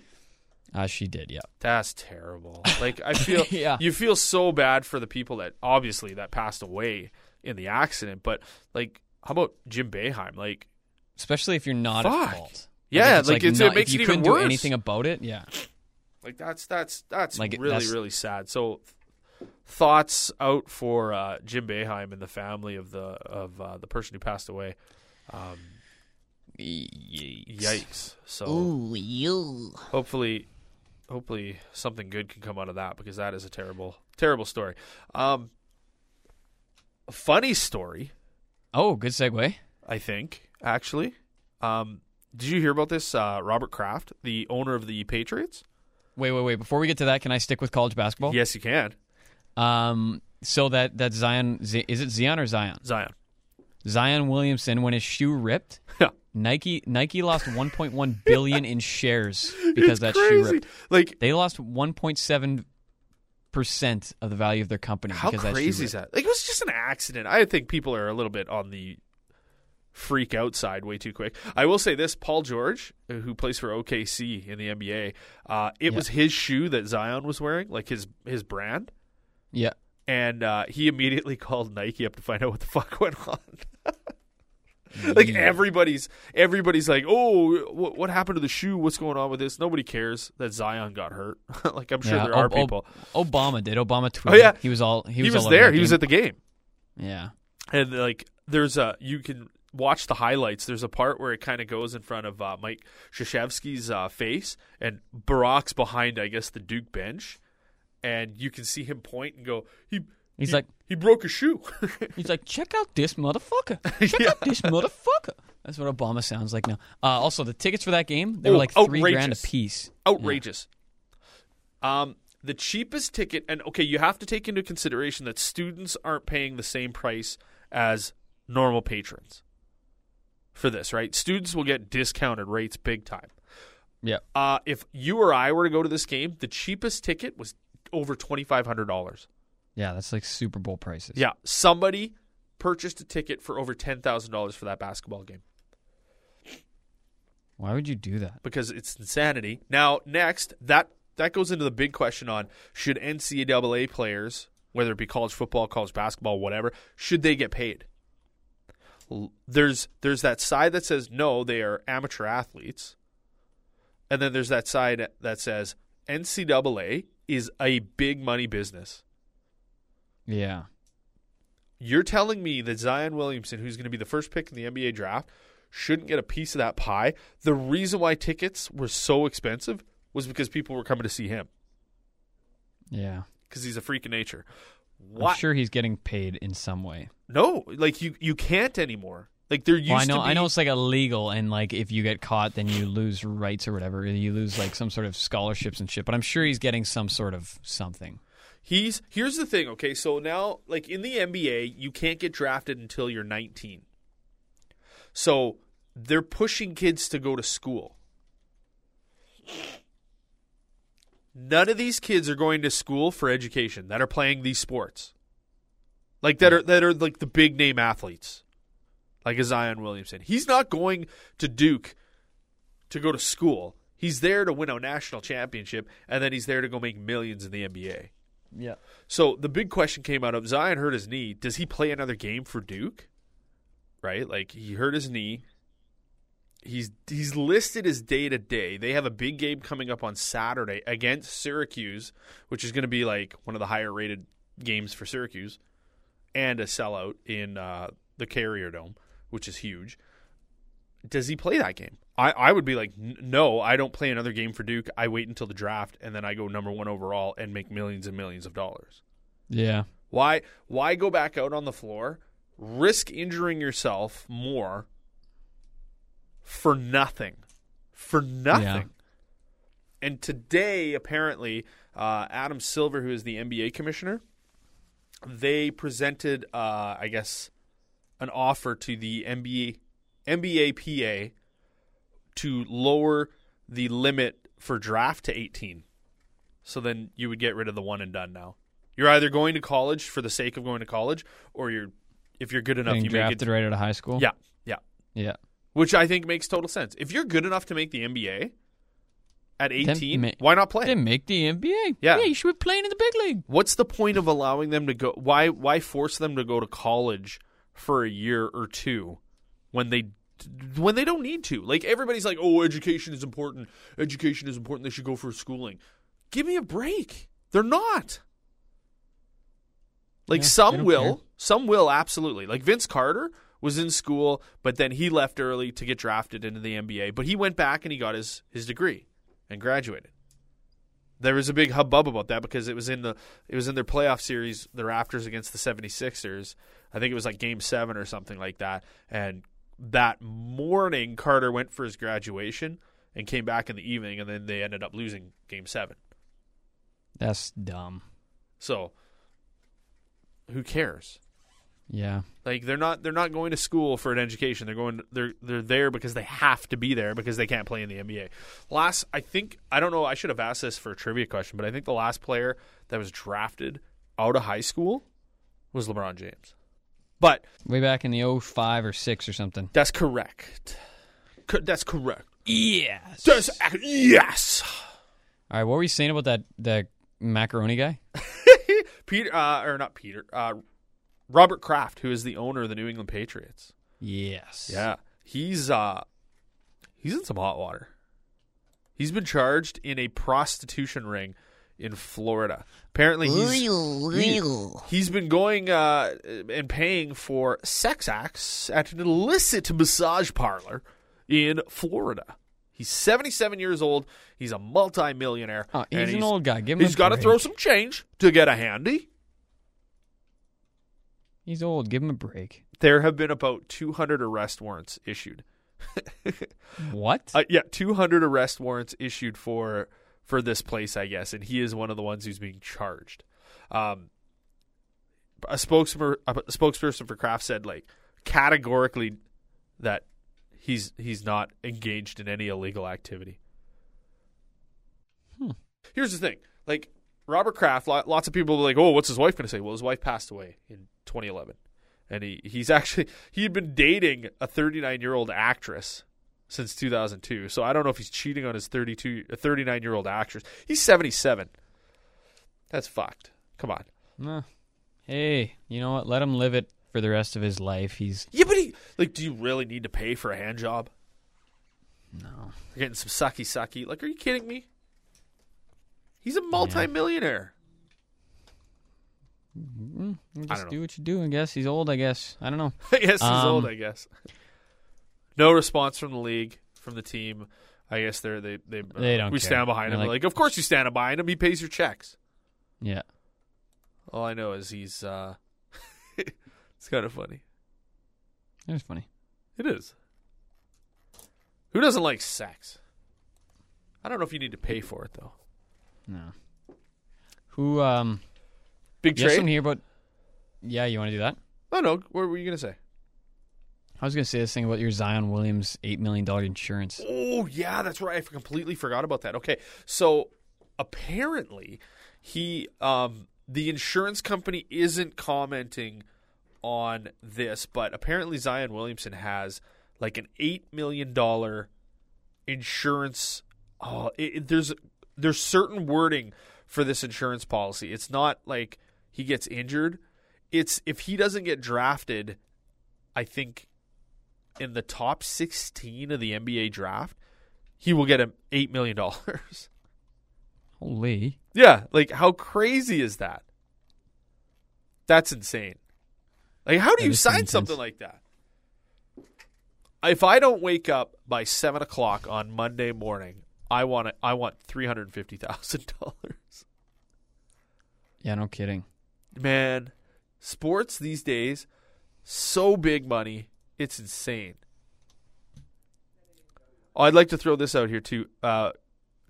S6: uh, she did. Yeah,
S5: That's
S6: <laughs>
S5: terrible. Like I feel
S6: Yeah.
S5: you feel so bad for the people that obviously that passed away in the accident, but like how about Jim Beheim? Like
S6: especially if you're not
S5: Fuck.
S6: at fault.
S5: Yeah,
S6: if
S5: like, it's- it
S6: not- if
S5: makes it
S6: you
S5: even
S6: couldn't
S5: worse.
S6: do anything about it. Yeah,
S5: Like that's that's that's
S6: Like,
S5: really
S6: that's-
S5: really sad. So th- thoughts out for uh, Jim Beheim and the family of the of uh, the person who passed away. Yikes! So hopefully, hopefully something good can come out of that because that is a terrible terrible story. Um, a funny story,
S6: Oh, good segue.
S5: I think actually. Um, did you hear about this? Uh, Robert Kraft, the owner of the Patriots.
S6: Wait, wait, wait. Before we get to that, can I stick with college basketball?
S5: Yes, you can.
S6: Um, so that that Zion Z, is it Zion or Zion?
S5: Zion. <laughs>
S6: Zion Williamson when his shoe ripped.
S5: Yeah.
S6: Nike Nike <laughs> lost 1.1 billion in shares because
S5: It's
S6: that shoe
S5: crazy.
S6: ripped.
S5: Like
S6: They lost 1.7 percent of the value of their company
S5: How
S6: because that shoe
S5: crazy is
S6: ripped.
S5: that? Like it was just an accident. I think people are a little bit on the freak out side way too quick. I will say this: Paul George, uh, who plays for OKC in the NBA, uh, it
S6: Yeah.
S5: was his shoe that Zion was wearing, like his his brand,
S6: Yeah.
S5: and uh, he immediately <laughs> called Nike up to find out what the fuck <laughs> went on. like everybody's everybody's like, oh, what, what happened to the shoe? What's going on with this? Nobody cares that Zion got hurt. <laughs> like I'm sure
S6: yeah.
S5: there
S6: Ob-
S5: are
S6: Ob-
S5: people.
S6: Obama did. Obama tweeted.
S5: Oh, yeah.
S6: He was all he
S5: He
S6: was,
S5: was,
S6: all over
S5: there.
S6: that
S5: He was
S6: game.
S5: at the game.
S6: Yeah.
S5: and like there's a you can watch the highlights there's a part where it kind of goes in front of uh, mike sheshevsky's uh, face and barack's behind i guess the duke bench and you can see him point and go he
S6: He's
S5: he-
S6: like-
S5: he broke a shoe <laughs>
S6: He's like, check out this motherfucker. Check out this motherfucker. That's what Obama sounds like now. Uh, also, the tickets for that game they were
S5: Oh,
S6: like three grand a
S5: outrageous.
S6: piece.
S5: outrageous um the cheapest ticket and okay you have to take into consideration that students aren't paying the same price as normal patrons for this right students will get discounted rates big time
S6: Yeah.
S5: Uh, if you or I were to go to this game, the cheapest ticket was over twenty five hundred dollars.
S6: Yeah, that's like Super Bowl prices.
S5: Yeah, somebody purchased a ticket for over ten thousand dollars for that basketball game
S6: Why would you do that?
S5: because it's insanity. Now, next that that goes into the big question on should NCAA players, whether it be college football, college basketball, whatever, should they get paid? L- There's there's that side that says no, they are amateur athletes, and then there's that side that says NCAA is a big money business.
S6: Yeah.
S5: You're telling me that Zion Williamson, who's going to be the first pick in the NBA draft, shouldn't get a piece of that pie. The reason why tickets were so expensive was because people were coming to see him
S6: Yeah.
S5: because he's a freak of nature.
S6: I'm
S5: What?
S6: sure he's getting paid in some way.
S5: No, like you, you can't anymore. Like there used
S6: Well, I know
S5: to be.
S6: I know it's like illegal and like if you get caught then you lose rights or whatever. You lose like some sort of scholarships and shit, but I'm sure he's getting some sort of something.
S5: He's here's the thing. Okay, so now like in the NBA, you can't get drafted until you're 19. So they're pushing kids to go to school. None of these kids are going to school for education that are playing these sports. Like that are that are like the big name athletes. Like a Zion Williamson. He's not going to Duke to go to school. He's there to win a national championship and then he's there to go make millions in the NBA.
S6: Yeah.
S5: So the big question came out of Zion hurt his knee. Does he play another game for Duke? Right? Like he hurt his knee. He's he's listed as day to day. They have a big game coming up on Saturday against Syracuse, which is going to be like one of the higher rated games for Syracuse, and a sellout in uh, the Carrier Dome, which is huge. Does he play that game? I, I would be like, "N- no, I don't play another game for Duke. I wait until the draft, and then I go number one overall and make millions and millions of dollars.
S6: Yeah.
S5: Why why go back out on the floor, risk injuring yourself more for nothing? For nothing. And today, apparently, uh, Adam Silver, who is the NBA commissioner, they presented, uh, I guess, an offer to the NBA, NBA PA to lower the limit for draft to 18. So then you would get rid of the one and done now. You're either going to college for the sake of going to college, or you're, if you're good enough,
S6: Getting
S5: you make
S6: drafted
S5: it.
S6: right out of high school.
S5: Yeah, yeah
S6: Yeah.
S5: which I think makes total sense. If you're good enough to make the NBA at 18,
S6: ma-
S5: why not
S6: They
S5: play?
S6: make the NBA.
S5: Yeah.
S6: you should be playing in the big league.
S5: What's the point of allowing them to go? Why why force them to go to college for a year or two when they when they don't need to. Like everybody's like, "Oh, education is important. Education is important. They should go for schooling." Give me a break. They're not. Like
S6: Yeah, they
S5: some
S6: don't
S5: will,
S6: care.
S5: some will absolutely. Like Vince Carter was in school, but then he left early to get drafted into the NBA, but he went back and he got his his degree and graduated. There was a big hubbub about that because it was in the it was in their playoff series, the Raptors against the 76ers. I think it was like game 7 or something like that. And that morning Carter went for his graduation and came back in the evening and then they ended up losing game 7.
S6: That's dumb.
S5: So who cares?
S6: Yeah.
S5: Like they're not they're not going to school for an education. They're going they're they're there because they have to be there because they can't play in the NBA. Last I think I don't know, I should have asked this for a trivia question, but I think the last player that was drafted out of high school was LeBron James. But
S6: Way back in the 05 or 6 or something.
S5: that's correct. Co- that's correct.
S6: Yes.
S5: That's ac- yes.
S6: All right, what were you saying about that that macaroni guy?
S5: Peter uh, or not Peter. Uh, Robert Kraft, who is the owner of the New England Patriots.
S6: Yes.
S5: Yeah, he's uh, he's in some hot water. He's been charged in a prostitution ring in Florida. Apparently, he's He, has been going uh, and paying for sex acts at an illicit massage parlor in Florida. He's 77 years old. He's a multimillionaire.
S6: Oh, he's
S5: and
S6: an old guy. Give him
S5: He's
S6: a
S5: got to
S6: break.
S5: throw some change to get a handy.
S6: He's old. Give him a break.
S5: There have been about 200 arrest warrants issued.
S6: What?
S5: Uh, yeah, 200 arrest warrants issued for for this place, I guess, and he is one of the ones who's being charged. Um, a spokesman, a spokesperson for Kraft said, like categorically, that he's he's not engaged in any illegal activity. Here's the thing, like Robert Kraft, lo- lots of people were like, oh, what's his wife going to say? Well, his wife passed away in 2011, and he he's actually he had been dating a 39 year old actress since 2002. So I don't know if he's cheating on his 32, 39 year old actress. He's 77. That's fucked. Come on.
S6: Nah. Hey, you know what? Let him live it for the rest of his life. He's
S5: Yeah, but he like, do you really need to pay for a hand job? No. You're getting some sucky sucky. Like, are you kidding me? He's a multimillionaire.
S6: just
S5: know.
S6: do what Mm-hmm. you do, I guess. He's old, I guess. I don't know.
S5: <laughs> yes, he's
S6: Um,
S5: old, I guess. No response from the league, from the team. I guess they're they they, uh,
S6: They don't
S5: we
S6: care.
S5: stand behind him.
S6: They're
S5: Like,
S6: like-
S5: of course you stand behind him. He pays your checks.
S6: Yeah.
S5: All I know is he's uh <laughs> it's kind of funny.
S6: That was funny.
S5: It is. Who doesn't like sex? I don't know if you need to pay for it though.
S6: No. Who um
S5: Big
S6: you have
S5: trade?
S6: something here about Yeah, you want to do that?
S5: oh no, what were you gonna say?
S6: I was gonna say this thing about your Zion Williams eight million dollar insurance.
S5: Oh yeah, that's right. I f- completely forgot about that. Okay, so apparently he um the insurance company isn't commenting on this, but apparently Zion Williamson has like an eight million dollar insurance. Oh, it, it- there's there's certain wording for this insurance policy. It's not like he gets injured. It's if he doesn't get drafted, I think in the top 16 of the NBA draft, he will get him $8 million.
S6: Holy.
S5: <laughs> yeah. Like, how crazy is that? That's insane. Like, how do
S6: That
S5: you
S6: is pretty
S5: sign
S6: intense.
S5: something like that? If I don't wake up by seven o'clock on Monday morning, I want to, I want three hundred fifty thousand dollars.
S6: Yeah, no kidding.
S5: Man, sports these days, so big money, it's insane. Oh, I'd like to throw this out here too. Uh,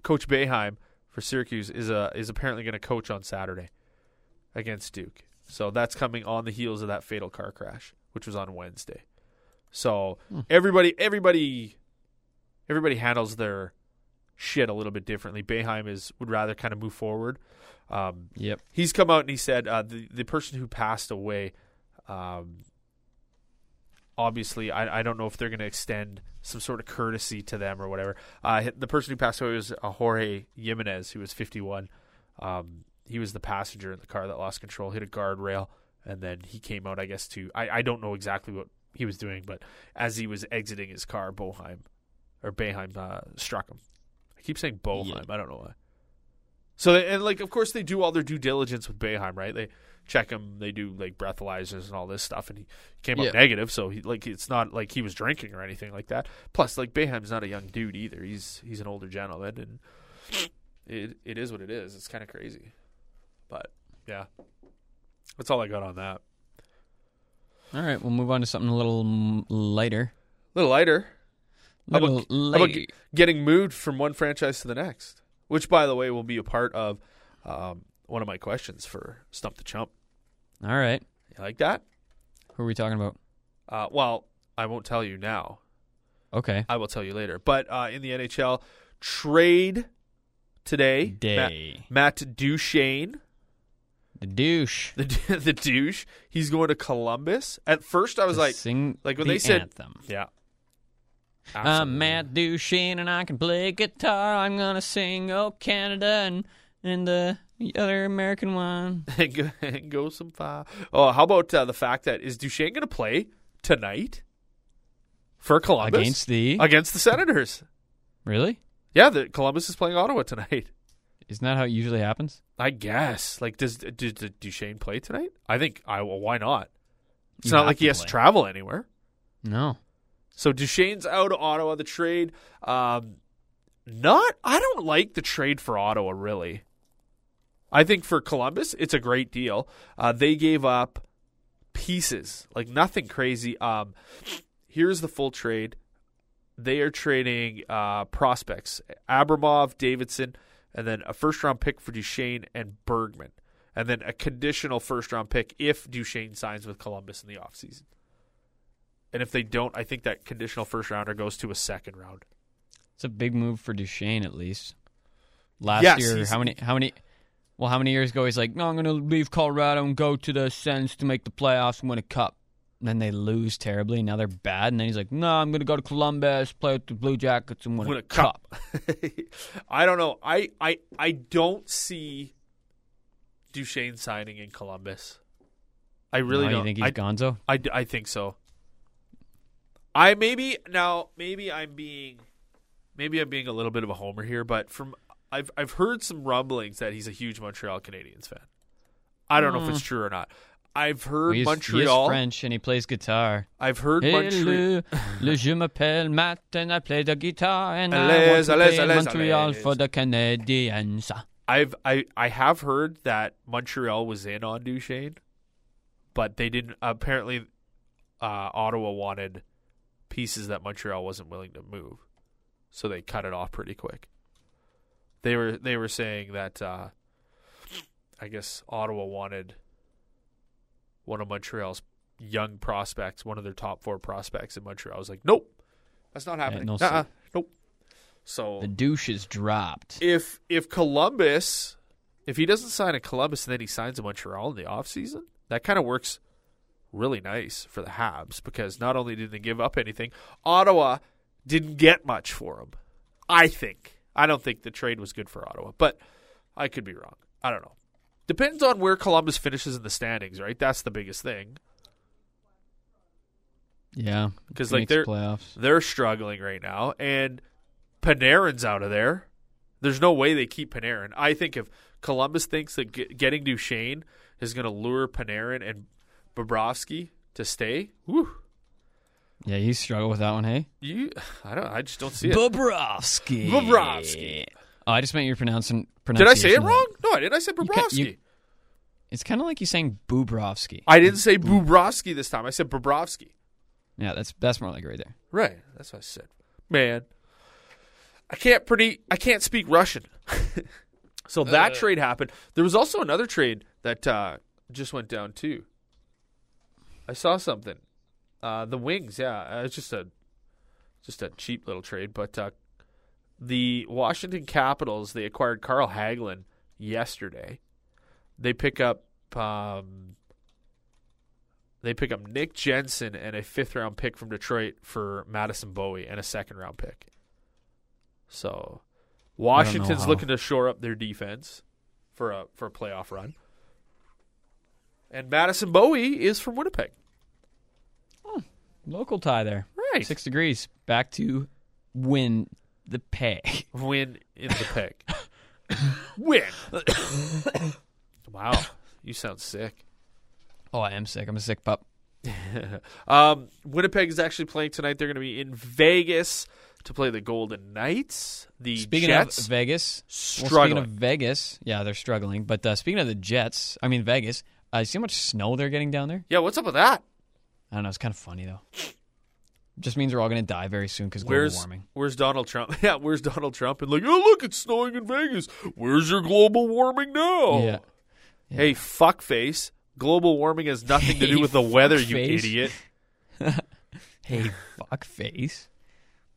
S5: coach Bayheim for Syracuse is uh, is apparently going to coach on Saturday against Duke. So that's coming on the heels of that fatal car crash, which was on Wednesday. So everybody, everybody, everybody handles their shit a little bit differently. Bayheim is would rather kind of move forward. Um,
S6: Yep.
S5: he's come out and he said uh, the the person who passed away. Um, obviously, I, I don't know if they're going to extend some sort of courtesy to them or whatever. Uh, the person who passed away was uh, Jorge Jimenez, who was 51. Um, he was the passenger in the car that lost control, hit a guardrail, and then he came out. I guess to I, I don't know exactly what he was doing, but as he was exiting his car, Boheim or Beheim uh, struck him. I keep saying Boheim. I don't know why. So they, and like of course they do all their due diligence with Beheim, right? They check him, they do like breathalyzers and all this stuff, and he came
S6: Yeah.
S5: up negative. So he like it's not like he was drinking or anything like that. Plus, like Beheim's not a young dude either. He's he's an older gentleman, and it it is what it is. It's kind of crazy, but yeah, that's all I got on that.
S6: All right, we'll move on to something a little mm, lighter.
S5: A little lighter. How
S6: Little
S5: about, how about
S6: light.
S5: ge- getting moved from one franchise to the next? Which, by the way, will be a part of um, one of my questions for Stump the Chump.
S6: All right,
S5: You like that?
S6: who are we talking about?
S5: Uh, well, I won't tell you now.
S6: Okay,
S5: I will tell you later. But uh, in the NHL, trade today.
S6: Day.
S5: Matt, Matt Duchesne,
S6: the douche.
S5: <laughs> the the douche. He's going to Columbus. At first, I was
S6: To
S5: like,
S6: sing
S5: like when
S6: the
S5: they said,
S6: anthem.
S5: yeah.
S6: I'm Matt Duchesne and I can play guitar. I'm gonna sing "Oh Canada" and and the other American one.
S5: and <laughs> go, and go some far. Oh, how about uh, the fact that is Duchesne going to play tonight for Columbus
S6: Against the-
S5: against the Senators?
S6: Really?
S5: Yeah, the Columbus is playing Ottawa tonight.
S6: Isn't that how it usually happens?
S5: I guess. Like, does does, does Duchesne play tonight? I think I. Well, why not? It's
S6: You
S5: not
S6: have
S5: like
S6: to
S5: he has to
S6: play.
S5: travel anywhere.
S6: No.
S5: So Duchesne's out of Ottawa. The trade, um, not. I don't like the trade for Ottawa really. I think for Columbus, it's a great deal. Uh, they gave up pieces, like nothing crazy. Um, here's the full trade. They are trading uh, prospects: Abramov, Davidson, and then a first-round pick for Duchesne and Bergman, and then a conditional first-round pick if Duchesne signs with Columbus in the offseason. And if they don't, I think that conditional first rounder goes to a second round.
S6: It's a big move for Duchesne, at least. Last
S5: Yes,
S6: year,
S5: he's-
S6: how many? How many? Well, how many years ago he's like, "No, I'm going to leave Colorado and go to the Sens to make the playoffs and win a cup." And then they lose terribly. Now they're bad, and then he's like, "No, I'm going to go to Columbus, play with the Blue Jackets, and win,
S5: Win a cup. <laughs> I don't know. I, I I don't see Duchesne signing in Columbus. I really
S6: Now Oh, you
S5: don't.
S6: think he's
S5: I,
S6: Gonzo?
S5: I, I think so. I maybe now maybe I'm being maybe I'm being a little bit of a homer here, but from I've I've heard some rumblings that he's a huge Montreal Canadiens fan. I don't know if it's
S6: Mm.
S5: true or not. I've heard
S6: He's,
S5: Montreal.
S6: He's French and he plays guitar.
S5: I've heard Montreal.
S6: Hello, le, je m'appelle Matt and I play the guitar and I want
S5: Allez,
S6: to
S5: allez,
S6: play in
S5: allez,
S6: Montreal
S5: allez.
S6: for the Canadiens.
S5: I've I, I have heard that Montreal was in on Duchesne, but they didn't. Apparently, uh, Ottawa wanted pieces that Montreal wasn't willing to move, so they cut it off pretty quick. They were they were saying that uh, I guess Ottawa wanted one of Montreal's young prospects, one of their top four prospects in Montreal. I was like, nope, that's not happening.
S6: no,
S5: Nuh-uh.
S6: sir.
S5: nope. So
S6: The douche is dropped.
S5: if if Columbus if he doesn't sign a Columbus and then he signs a Montreal in the offseason, that kind of works really nice for the Habs because not only did they give up anything, Ottawa didn't get much for him. I think. I don't think the trade was good for Ottawa, but I could be wrong. I don't know. Depends on where Columbus finishes in the standings, right? That's the biggest thing.
S6: Yeah,
S5: 'Cause,
S6: it
S5: like,
S6: makes
S5: they're-
S6: playoffs.
S5: They're struggling right now, and Panarin's out of there. There's no way they keep Panarin. I think if Columbus thinks that ge- getting Duchesne is going to lure Panarin and Bobrovsky to stay, whew,
S6: Yeah, you struggle with that one, hey?
S5: you, I don't, I just don't see it.
S6: Bobrovsky.
S5: Bobrovsky.
S6: Oh, I just meant you're pronouncing.
S5: Did I say it
S6: pronunciation of
S5: wrong? No, I didn't. I said
S6: ca- you-
S5: Bobrovsky.
S6: It's kind of like you saying Bobrovsky.
S5: I didn't say
S6: Mm.
S5: Bobrovsky this time. I said Bobrovsky.
S6: yeah, that's that's more like it right there.
S5: Right. That's what I said. Man, I can't pretty. I can't speak Russian. <laughs> Uh, so that trade happened. There was also another trade that uh, just went down too. I saw something. Uh, the Wings. Yeah, uh, it's just a just a cheap little trade, but uh, the Washington Capitals they acquired Carl Hagelin yesterday. They pick up. Um, they pick up Nick Jensen and a fifth round pick from Detroit for Madison Bowie and a second round pick. So Washington's
S6: how.
S5: looking to shore up their defense for a for a playoff run. And Madison Bowie is from Winnipeg.
S6: Local tie there.
S5: Right.
S6: Six degrees. Back to win the pay.
S5: <laughs>
S6: <laughs>
S5: Win in the peg.
S6: <coughs>
S5: Win. <coughs> wow. You sound sick.
S6: Oh, I am sick. I'm a sick pup.
S5: Um, Winnipeg is actually playing tonight. They're going to be in Vegas to play the Golden Knights. The
S6: Speaking
S5: Jets.
S6: of Vegas, Well, speaking
S5: struggling.
S6: of Vegas, yeah, they're struggling. But uh, speaking of the Jets, I mean Vegas, uh, you see how much snow they're getting down there.
S5: yeah, what's up with that?
S6: I don't know. It's kind of funny though. Just means we're all gonna die very soon because global
S5: Where's
S6: warming.
S5: Where's Donald Trump? <laughs> Yeah, where's Donald Trump? And like, oh look, it's snowing in Vegas. Where's your global warming now?
S6: Yeah.
S5: Hey, fuckface. Global warming has nothing to do
S6: <laughs> Hey,
S5: with the weather, you
S6: fuckface.
S5: idiot.
S6: Hey, <laughs> fuck face.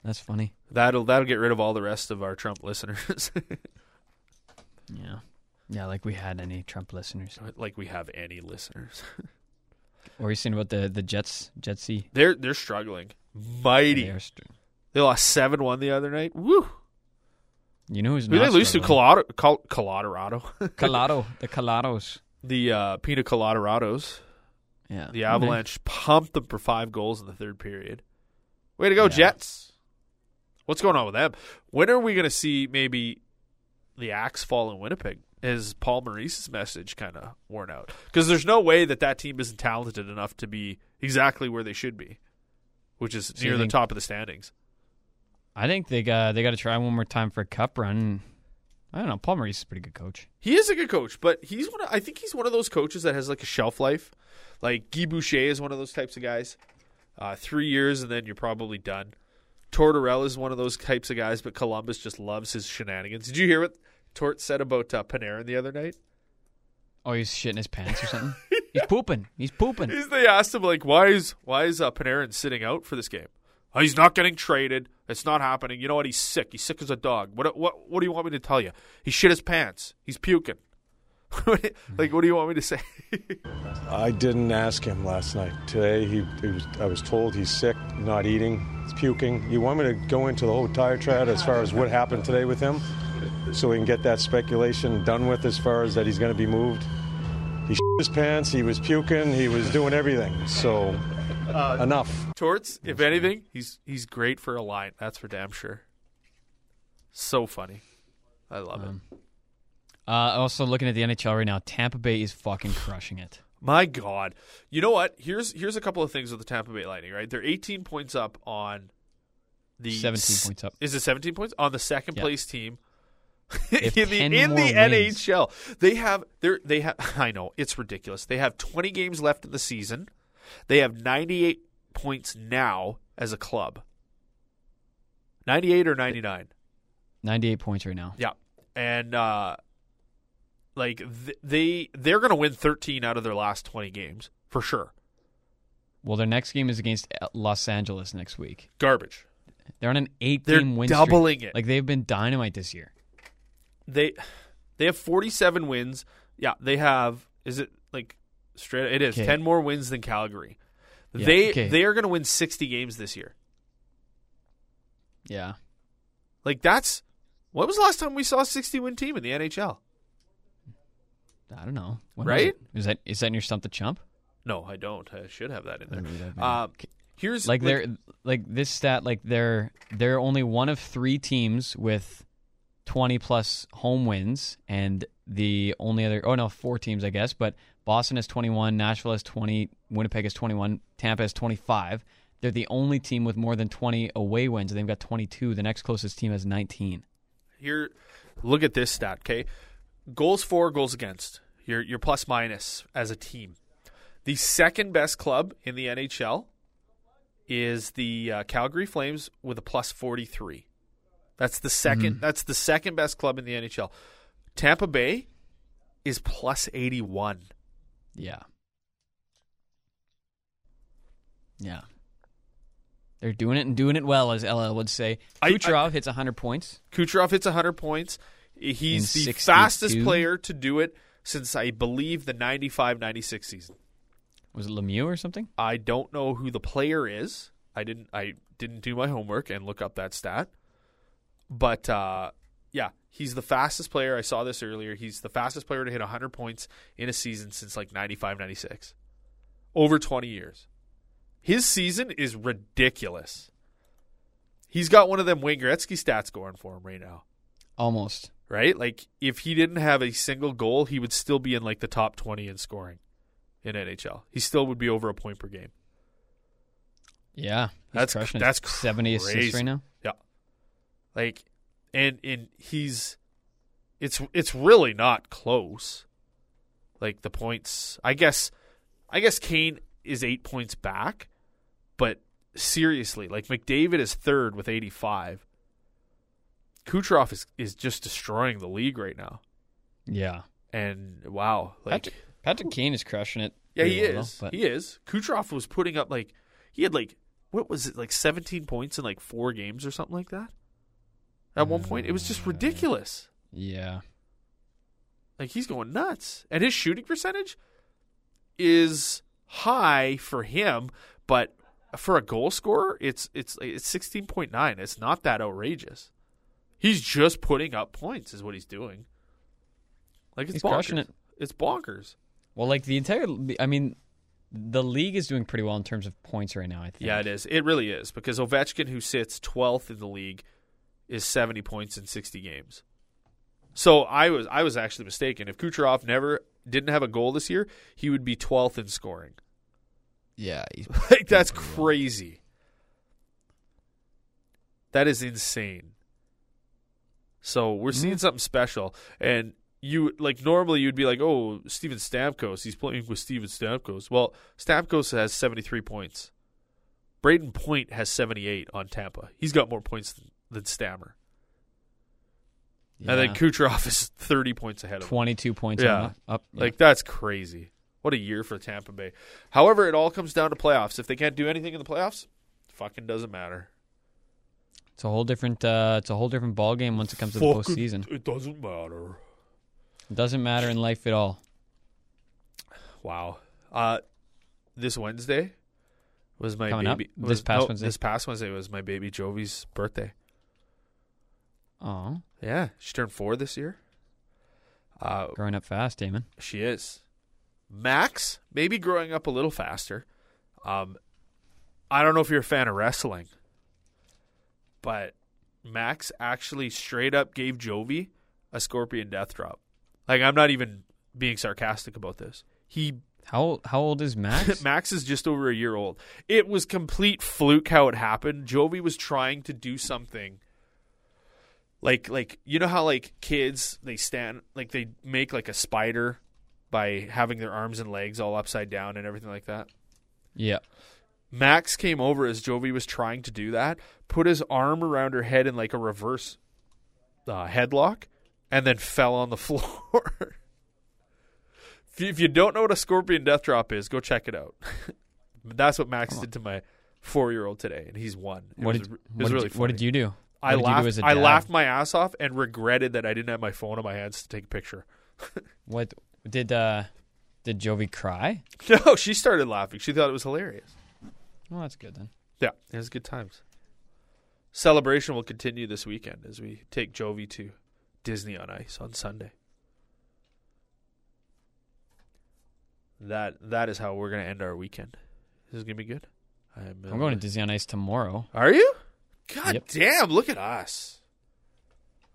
S6: That's funny.
S5: That'll that'll get rid of all the rest of our Trump listeners. <laughs>
S6: Yeah. Yeah, like we had any Trump listeners.
S5: like we have any listeners. <laughs>
S6: Or were you saying about the the Jets, Jetsy?
S5: They're they're struggling. Mighty.
S6: They are str-
S5: They lost seven one the other night. Woo!
S6: You know who's
S5: Who
S6: not
S5: they lose to
S6: struggling?
S5: Colorado? Col- Colorado. <laughs>
S6: Colorado, the Colorados.
S5: the uh, Pina Colorados.
S6: Yeah. Mm-hmm.
S5: The Avalanche pumped them for five goals in the third period. Way to go, Jets! What's going on with them? When are we going to see maybe the axe fall in Winnipeg? Is Paul Maurice's message kind of worn out? Because there's no way that that team isn't talented enough to be exactly where they should be, which is
S6: you
S5: near the
S6: think-
S5: top of the standings.
S6: I think they got they got to try one more time for a cup run. I don't know. Paul Maurice is a pretty good coach.
S5: He is a good coach, but he's one. Of, I think he's one of those coaches that has like a shelf life. Like Guy Boucher is one of those types of guys. Uh, three years and then you're probably done. Tortorella is one of those types of guys, but Columbus just loves his shenanigans. Did you hear what Tort said about uh, Panarin the other night?
S6: Oh, he's shitting his pants
S5: <laughs>
S6: or something. He's pooping. He's pooping.
S5: He's, they asked him like, why is why is uh, Panarin sitting out for this game? Oh, he's not getting traded. It's not happening. You know what? He's sick. He's sick as a dog. What what what do you want me to tell you? He shit his pants. He's puking. <laughs> like, what do you want me to say? <laughs>
S9: I didn't ask him last night. Today, he, he was, I was told he's sick, not eating, he's puking. You want me to go into the whole tire trad as far as what happened today with him, so we can get that speculation done with as far as that he's going to be moved. He shit his pants. He was puking. He was doing everything. So, enough.
S5: Torts, if anything, he's he's great for a line. That's for damn sure. So funny. I love
S6: Um,
S5: it.
S6: Uh, also looking at the NHL right now, Tampa Bay is fucking crushing it.
S5: My God. You know what? Here's here's a couple of things with the Tampa Bay Lightning, right? They're 18 points up on the
S6: 17
S5: s-
S6: points up.
S5: Is it 17 points on the second
S6: Yeah.
S5: place team? <laughs>
S6: have
S5: in the
S6: 10
S5: in
S6: more
S5: the
S6: wins.
S5: NHL, they have they are they have <laughs> I know it's ridiculous. They have 20 games left in the season. They have 98 points now as a club. 98 or 99.
S6: Ninety-eight points right now.
S5: Yeah, and uh, like th- they they're going to win 13 out of their last 20 games for sure.
S6: Well, their next game is against uh, Los Angeles next week.
S5: Garbage.
S6: They're on an
S5: They're
S6: eight-game win
S5: doubling
S6: streak.
S5: it.
S6: Like they've been dynamite this year.
S5: They they have 47 wins. Yeah, they have. Is it like straight? It is
S6: Okay.
S5: 10 more wins than Calgary.
S6: Yeah,
S5: they
S6: okay.
S5: they are going to win 60 games this year.
S6: Yeah,
S5: Like that's when was the last time we saw a 60 win team in the NHL?
S6: I don't know. When
S5: Right?
S6: Was it? Is that is that in your stump the chump?
S5: No, I don't. I should have that in
S6: I don't
S5: there.
S6: read that, man.
S5: Uh, here's
S6: like they're like this stat like they're they're only one of three teams with 20 plus home wins and the only other oh no four teams i guess but boston has 21 nashville has 20 winnipeg has 21 tampa has 25 they're the only team with more than 20 away wins and they've got 22 the next closest team has 19
S5: Here, look at this stat. Okay, goals for, goals against. Your your plus minus as a team. The second best club in the NHL is the uh, Calgary Flames with a plus forty three. That's the 2nd That's the second best club in the NHL. Tampa Bay is plus eighty one.
S6: yeah yeah they're doing it and doing it well as ll would say
S5: I- I-
S6: kucherov hits 100 points
S5: Kucherov hits hundred points. He's
S6: In
S5: the
S6: 62?
S5: fastest player to do it since I believe the 95-96 season.
S6: was it lemieux or something
S5: I don't know who the player is. I didn't I didn't do my homework and look up that stat. But uh, yeah, he's the fastest player. I saw this earlier. He's the fastest player to hit 100 points in a season since like 95 96. Over 20 years. His season is ridiculous. He's got one of them Wayne Gretzky stats going for him right now,
S6: Almost.
S5: right? Like if he didn't have a single goal, he would still be in like the top 20 in scoring in NHL. He still would be over a point per game.
S6: Yeah. He's
S5: That's cr-
S6: crushing it.
S5: that's
S6: 70 assists
S5: crazy.
S6: right now.
S5: Yeah. Like and and he's it's it's really not close. Like the points I guess I guess Kane is eight points back, but seriously, like McDavid is third with eighty five. Kucherov is, is just destroying the league right now.
S6: Yeah.
S5: And wow, like
S6: Patrick, Patrick Kane is crushing it.
S5: yeah, he
S6: pretty well,
S5: is.
S6: though, but
S5: he is. Kucherov was putting up like he had like what was it like 17 points in like four games or something like that. At one point, it was
S6: Uh,
S5: just ridiculous.
S6: yeah.
S5: Like he's going nuts, and his shooting percentage is high for him, but for a goal scorer, it's it's it's 16.9. It's not that outrageous. He's just putting up points, is what he's doing. Like it's
S6: He's
S5: bonkers.
S6: crushing it.
S5: It's bonkers.
S6: Well, like the entire, I mean, the league is doing pretty well in terms of points right now. I think.
S5: Yeah, it is. It really is because Ovechkin, who sits 12th in the league, is 70 points in 60 games. So I was I was actually mistaken. If Kucherov never didn't have a goal this year, he would be 12th in scoring.
S6: Yeah. He's,
S5: <laughs> Like that's crazy. That is insane. So we're seeing something special, and you like normally you'd be like, "Oh, Steven Stamkos, he's playing with Steven Stamkos." Well, Stamkos has seventy three points. Braden Point has seventy eight on Tampa. He's got more points than, than Stammer,
S6: yeah.
S5: and then Kucherov is thirty points ahead of him.
S6: twenty-two points.
S5: Yeah.
S6: Yeah. Up. up yeah.
S5: Like that's crazy. What a year for Tampa Bay. However, it all comes down to playoffs. If they can't do anything in the playoffs, fucking doesn't matter.
S6: it's a whole different. Uh, it's a whole different ball game once it comes to the
S5: Fucking-
S6: postseason.
S5: It doesn't matter.
S6: It doesn't matter in life at all.
S5: Wow. Uh, this Wednesday was my
S6: Coming up?
S5: baby.
S6: This
S5: was-
S6: past
S5: no,
S6: Wednesday?
S5: This past Wednesday was my baby Jovi's birthday.
S6: Oh,
S5: Yeah, she turned four this year. Uh,
S6: growing up fast, Damon.
S5: She is. Max, maybe growing up a little faster. Um, I don't know if you're a fan of wrestling, but Max actually straight up gave Jovi a scorpion death drop. Like, I'm not even being sarcastic about this. He
S6: How how old is
S5: <laughs>
S6: Max?
S5: Max is just over a year old. It was complete fluke how it happened. Jovi was trying to do something. Like like you know how like kids they stand like they make like a spider by having their arms and legs all upside down and everything like that.
S6: yeah.
S5: Max came over as Jovi was trying to do that, put his arm around her head in like a reverse uh, headlock, and then fell on the <laughs> floor. if, you, if you don't know what a scorpion death drop is, go check it out. <laughs> That's what Max did to my four year old today, and he's one. It
S6: What
S5: was,
S6: did,
S5: re- it was
S6: what,
S5: really
S6: did you, what did
S5: funny.
S6: you do?
S5: I
S6: what did
S5: laughed.
S6: You do as a
S5: I
S6: dad?
S5: laughed my ass off and regretted that I didn't have my phone in my hands to take a picture. <laughs>
S6: What did uh, did Jovi cry?
S5: No, she started laughing. She thought it was hilarious.
S6: Well, that's good then.
S5: Yeah, it was good times. Celebration will continue this weekend as we take Jovi to Disney on Ice on Sunday. That that is how we're gonna end our weekend. This is gonna be good. I'm, uh,
S6: I'm going to Disney on Ice tomorrow.
S5: Are you? God
S6: Yep.
S5: damn! Look at us.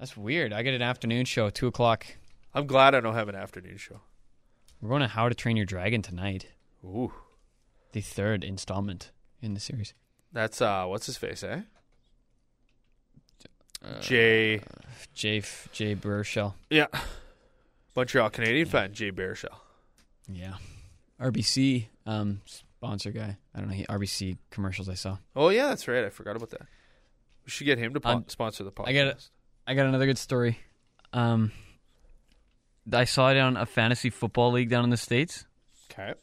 S6: That's weird. I get an afternoon show, two o'clock.
S5: I'm glad I don't have an afternoon show.
S6: We're going to How to Train Your Dragon tonight,
S5: Ooh,
S6: the third installment in the series.
S5: that's uh, what's his face, eh?
S6: Uh,
S5: Jay,
S6: J. F- J. Burchell.
S5: yeah, Montreal Canadian fan Jay Baruchel.
S6: Yeah. RBC um, sponsor guy. I don't know. He, RBC commercials I saw.
S5: Oh yeah, that's right. I forgot about that. We should get him to po-
S6: I'm-
S5: sponsor the podcast.
S6: I get it. I got another good story. Um, I saw it on a fantasy football league down in the States.
S5: Okay.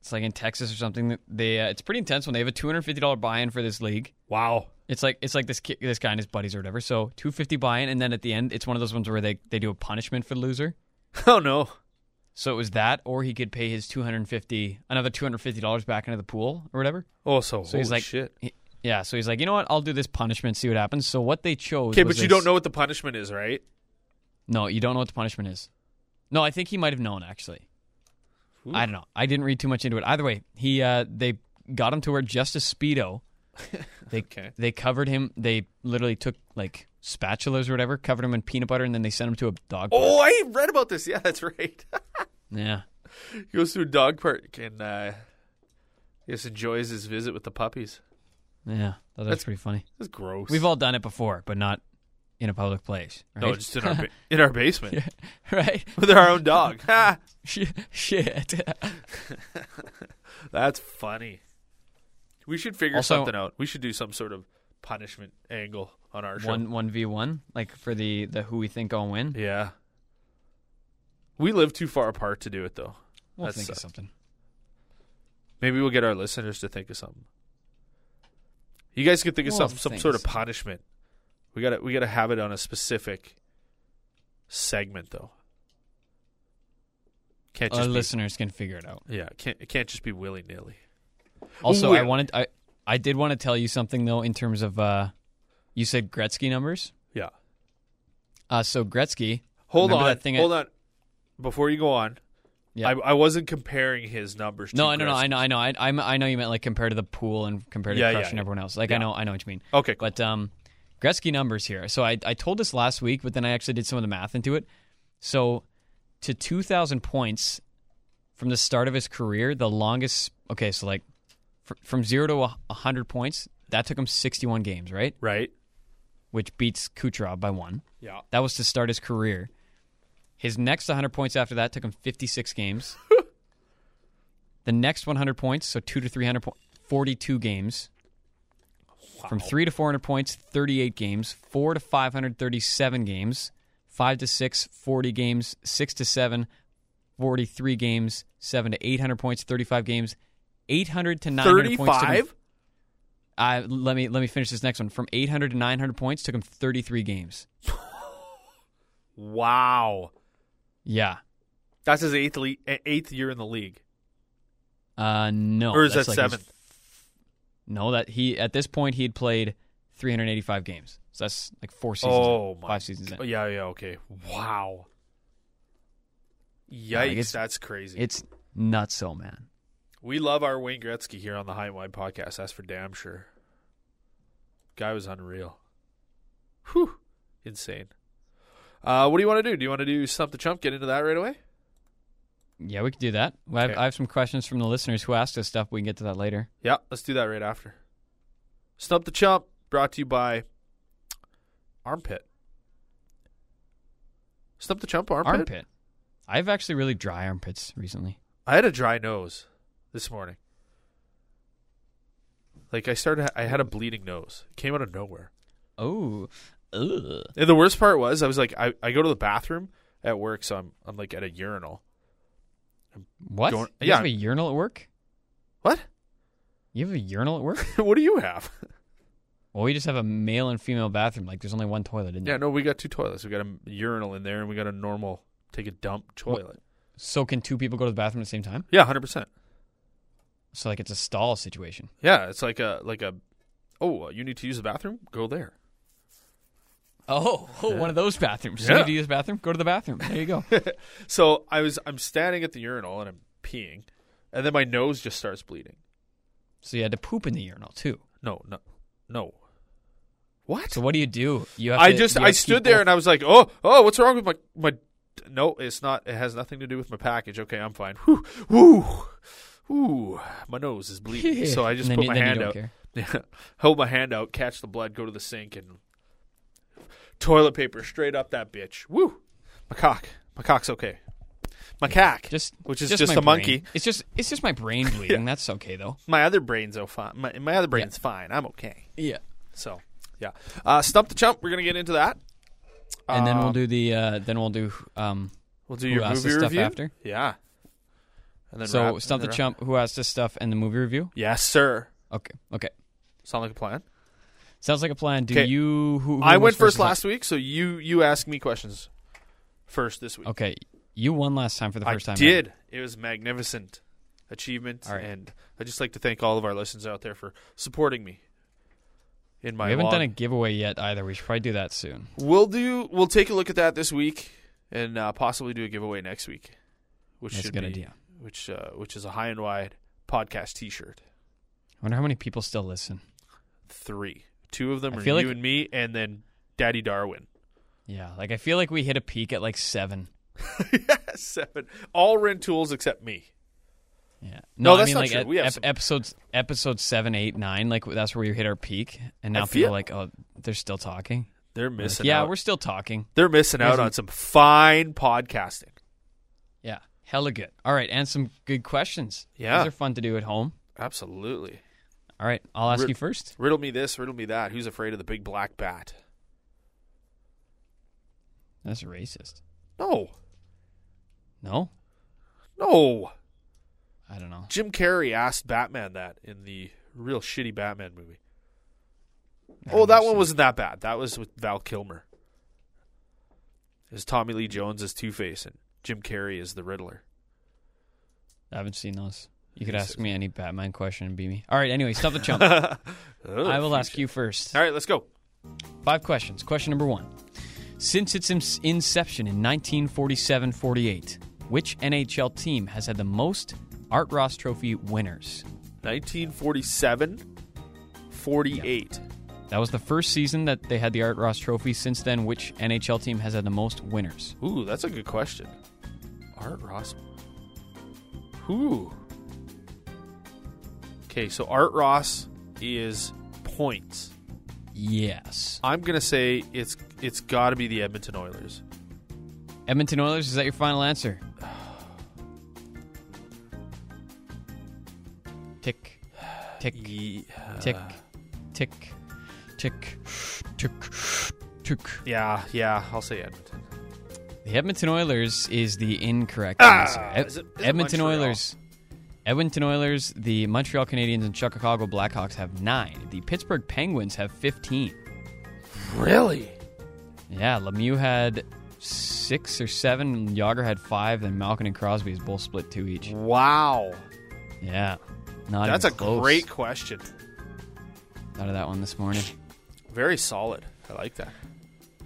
S6: It's like in Texas or something. that They uh, It's pretty intense when they have a $250 buy in for this league.
S5: Wow. <laughs>
S6: It's like it's like this ki- this guy and his buddies or whatever. So two fifty buy in, and then at the end, it's one of those ones where they, they do a punishment for the loser.
S5: Oh no.
S6: So it was that, or he could pay his two hundred fifty another two hundred fifty dollars back into the pool or whatever.
S5: Oh, so,
S6: So he's like,
S5: shit.
S6: he- yeah. So he's like, you know what? I'll do this punishment, see what happens. So what they chose.
S5: Okay,
S6: was
S5: but you
S6: they
S5: don't
S6: s-
S5: know what the punishment is, right?
S6: No, you don't know what the punishment is. No, I think he might have known actually. I don't know. I didn't read too much into it. Either way, he uh, they got him to wear just
S5: <laughs>
S6: a speedo. They they covered him. They literally took like spatulas or whatever, covered him in peanut butter, and then they sent him to a dog. park.
S5: Oh, I read about this. Yeah, that's right. <laughs>
S6: Yeah,
S5: he goes to a dog park and uh, he just enjoys his visit with the puppies.
S6: yeah, Thought that was pretty funny.
S5: That's gross.
S6: We've all done it before, but not in a public place. Right?
S5: no, just in our ba- in our basement
S6: <laughs> right. <laughs>
S5: with our own dog. <laughs> Ha!
S6: Shit. shit.
S5: That's funny. We should figure
S6: Also-
S5: something out. We should do some sort of punishment angle on our show.
S6: one one v one, like for the the who we think will win.
S5: Yeah. We live too far apart to do it though.
S6: We'll
S5: That
S6: think of
S5: sucked.
S6: something.
S5: Maybe we'll get our listeners to think of something. You guys could think of
S6: We'll
S5: something, some
S6: think
S5: sort
S6: of
S5: of punishment. We gotta we gotta have it on a specific segment though. Can't
S6: Our
S5: just be,
S6: listeners can figure it out.
S5: yeah, can't it can't just be willy nilly.
S6: Also, I
S5: We're-
S6: wanted I I did want to tell you something though in terms of uh, you said Gretzky numbers.
S5: Yeah.
S6: Uh, so Gretzky.
S5: Hold
S6: remember
S5: on,
S6: That thing I-
S5: hold on. Before you go on,
S6: Yeah.
S5: I, I wasn't comparing his numbers. To
S6: No, no, no. I
S5: Gretzky's.
S6: know, I know. I I'm, I know you meant like compared to the pool and compared to
S5: Yeah,
S6: Crush
S5: yeah,
S6: and
S5: yeah.
S6: everyone else. Like I
S5: Yeah.
S6: know, I know what you mean.
S5: Okay, cool.
S6: But um, Gretzky numbers here. So I I told this last week, but then I actually did some of the math into it. So to 2,000 points from the start of his career, the longest. Okay, so like fr- from zero to a 100 points, that took him 61 games, right?
S5: right.
S6: Which beats Kucherov by one.
S5: Yeah.
S6: That was to start his career. His next 100 points after that took him 56 games. the next 100 points, so 2 to 300 po- 42 games. From 3 to 400 points, 38 games. 4 to 537 games. 5 to 6, 40 games. 6 to 7, 43 games. 7 to 800 points, 35 games. 800 to 900 points. took him-
S5: 35?
S6: I let me let me finish this next one. From 800 to 900 points took him 33 games.
S5: Wow.
S6: Yeah.
S5: That's his eighth le- eh, eighth year in the league.
S6: Uh, no.
S5: Or is
S6: that's
S5: that
S6: like his-
S5: seventh?
S6: no, that he at this point he had played 385 games. So that's like four seasons.
S5: Oh
S6: in,
S5: my
S6: five seasons.
S5: Oh,
S6: in.
S5: yeah, yeah, okay. Wow. Yikes,
S6: like, it's-
S5: that's crazy.
S6: It's nuts, so man.
S5: we love our Wayne Gretzky here on the High and Wide podcast. That's for damn sure. Guy was unreal. Whew. Insane. Uh, what do you want to do? Do you want to do Stump the Chump? Get into that right away?
S6: Yeah, we could do that. Well, I, have,
S5: Okay.
S6: I have some questions from the listeners who asked us stuff. We can get to that later.
S5: Yeah, let's do that right after. Stump the Chump brought to you by Armpit. Stump the Chump Armpit?
S6: Armpit. I have actually really dry armpits recently.
S5: I had a dry nose this morning. Like I started, I had a bleeding nose. It came out of nowhere.
S6: Oh, ugh.
S5: And the worst part was, I was like, I, I go to the bathroom at work, so I'm I'm like at a urinal.
S6: what?
S5: Don't-
S6: you
S5: yeah.
S6: have a urinal at work?
S5: What? <laughs>
S6: You have a urinal at work? <laughs>
S5: what do you have? <laughs>
S6: well, we just have a male and female bathroom. Like, there's only one toilet in there.
S5: yeah, no, we got two toilets. We got a urinal in there, and we got a normal take a dump toilet.
S6: So can two people go to the bathroom at the same time?
S5: Yeah, hundred percent.
S6: So like it's a stall situation.
S5: Yeah, it's like a like a. Oh, you need to use the bathroom? Go there.
S6: Oh, oh, one of those bathrooms.
S5: Yeah.
S6: You need to use the bathroom? Go to the bathroom.
S5: <laughs>
S6: There you go.
S5: So I was I'm standing at the urinal and I'm peeing, and then my nose just starts bleeding.
S6: so you had to poop in the urinal too.
S5: No, no, no. What?
S6: So what do you do? You have
S5: I
S6: to-
S5: just
S6: you
S5: I
S6: have to
S5: stood
S6: keep
S5: there
S6: both-
S5: and I was like, oh, oh, what's wrong with my my? No, it's not. It has nothing to do with my package. Okay, I'm fine. Whew, woo, woo. My nose is bleeding, so I just
S6: And then
S5: put
S6: you-
S5: my
S6: then
S5: hand
S6: you don't
S5: out. <laughs>
S6: care.
S5: Yeah, hold my hand out, catch the blood, go to the sink, and toilet paper straight up that bitch. Woo, my cock, my cock's okay. My cock,
S6: just
S5: which is
S6: just,
S5: just,
S6: my
S5: a
S6: brain.
S5: monkey.
S6: It's just it's just
S5: <laughs>
S6: my brain bleeding. That's okay though.
S5: My other brain's oh fine. My, my other brain's fine. I'm okay.
S6: Yeah.
S5: So yeah, uh, stump the chump. We're gonna get into that.
S6: And then we'll do the uh, then we'll do um
S5: We'll do
S6: Who
S5: your
S6: asked
S5: movie
S6: us stuff
S5: review
S6: after?
S5: Yeah. And then
S6: so
S5: wrap-
S6: stump the
S5: and then wrap.
S6: chump who asked this stuff and the movie review.
S5: Yes, sir.
S6: Okay. Okay.
S5: Sound like a plan.
S6: Sounds like a plan. Do
S5: 'Kay.
S6: you who, who
S5: I went
S6: was
S5: first
S6: on-
S5: last week, so you you ask me questions first this week.
S6: Okay. You won last time for the Oh, first
S5: I
S6: time.
S5: did.
S6: ever.
S5: It was magnificent achievement,
S6: All right.
S5: and I just like to thank all of our listeners out there for supporting me in my.
S6: We haven't
S5: long-
S6: done a giveaway yet either. We should probably do that soon.
S5: We'll do. We'll take a look at that this week, and uh, possibly do a giveaway next week, which
S6: That's a
S5: should
S6: good
S5: be
S6: idea.
S5: which uh, which is a high and wide podcast T-shirt.
S6: wonder how many people still listen.
S5: Three. Two of them
S6: I
S5: are you
S6: feel like-
S5: and me, and then Daddy Darwin. <laughs>
S6: Yeah, like I feel like we hit a peak at like seven.
S5: Seven. All rentools except me.
S6: Yeah.
S5: No,
S6: I
S5: that's
S6: mean
S5: not
S6: like
S5: true.
S6: at-
S5: We have
S6: ep-
S5: some-
S6: episodes episode seven, eight, nine. Like that's where you hit our peak, and now
S5: I
S6: people
S5: feel-
S6: are like, oh, they're still talking.
S5: They're missing
S6: yeah,
S5: out.
S6: we're still talking.
S5: They're missing out on some fine podcasting.
S6: Yeah, hella good. All right, and some good questions.
S5: Yeah.
S6: these are fun to do at home.
S5: Absolutely.
S6: All right, I'll ask
S5: Rip-
S6: you first.
S5: Riddle me this, riddle me that. Who's afraid of the big black bat?
S6: That's racist.
S5: No.
S6: No,
S5: No.
S6: I don't know.
S5: Jim Carrey asked Batman that in the real shitty Batman movie. Oh, that one wasn't that bad. That was with Val Kilmer. Is Tommy Lee Jones as Two Face and Jim Carrey is the Riddler.
S6: I haven't seen those. You could ask me any Batman question and beat me. All right, anyway, stop
S5: <laughs>
S6: the chump.
S5: Ugh,
S6: I will ask
S5: future.
S6: you first.
S5: All right, let's go.
S6: Five questions. Question number one. Since its ins- inception in 1947 48, which NHL team has had the most Art Ross Trophy winners?
S5: 1947, 48.
S6: That was the first season that they had the Art Ross Trophy. Since then, which NHL team has had the most winners?
S5: Ooh, that's a good question. Art Ross. Ooh. Okay, so Art Ross is points.
S6: Yes.
S5: I'm gonna say it's it's got to be the Edmonton Oilers.
S6: Edmonton Oilers, is that your final answer? Tick, tick, tick, tick, tick, tick, tick.
S5: Yeah, yeah, I'll say Edmonton.
S6: The Edmonton Oilers is the incorrect
S5: Ah,
S6: answer. Ed-
S5: is it- is it
S6: Edmonton
S5: Montreal?
S6: Oilers. Edmonton Oilers, the Montreal Canadiens, and Chicago Blackhawks have nine. The Pittsburgh Penguins have 15.
S5: Really?
S6: Yeah, Lemieux had six or seven, and Yager had five, and Malkin and Crosby is both split two each.
S5: Wow,
S6: Yeah. Not
S5: that's a
S6: even close.
S5: great question.
S6: Thought of that one this morning.
S5: Very solid. I like that.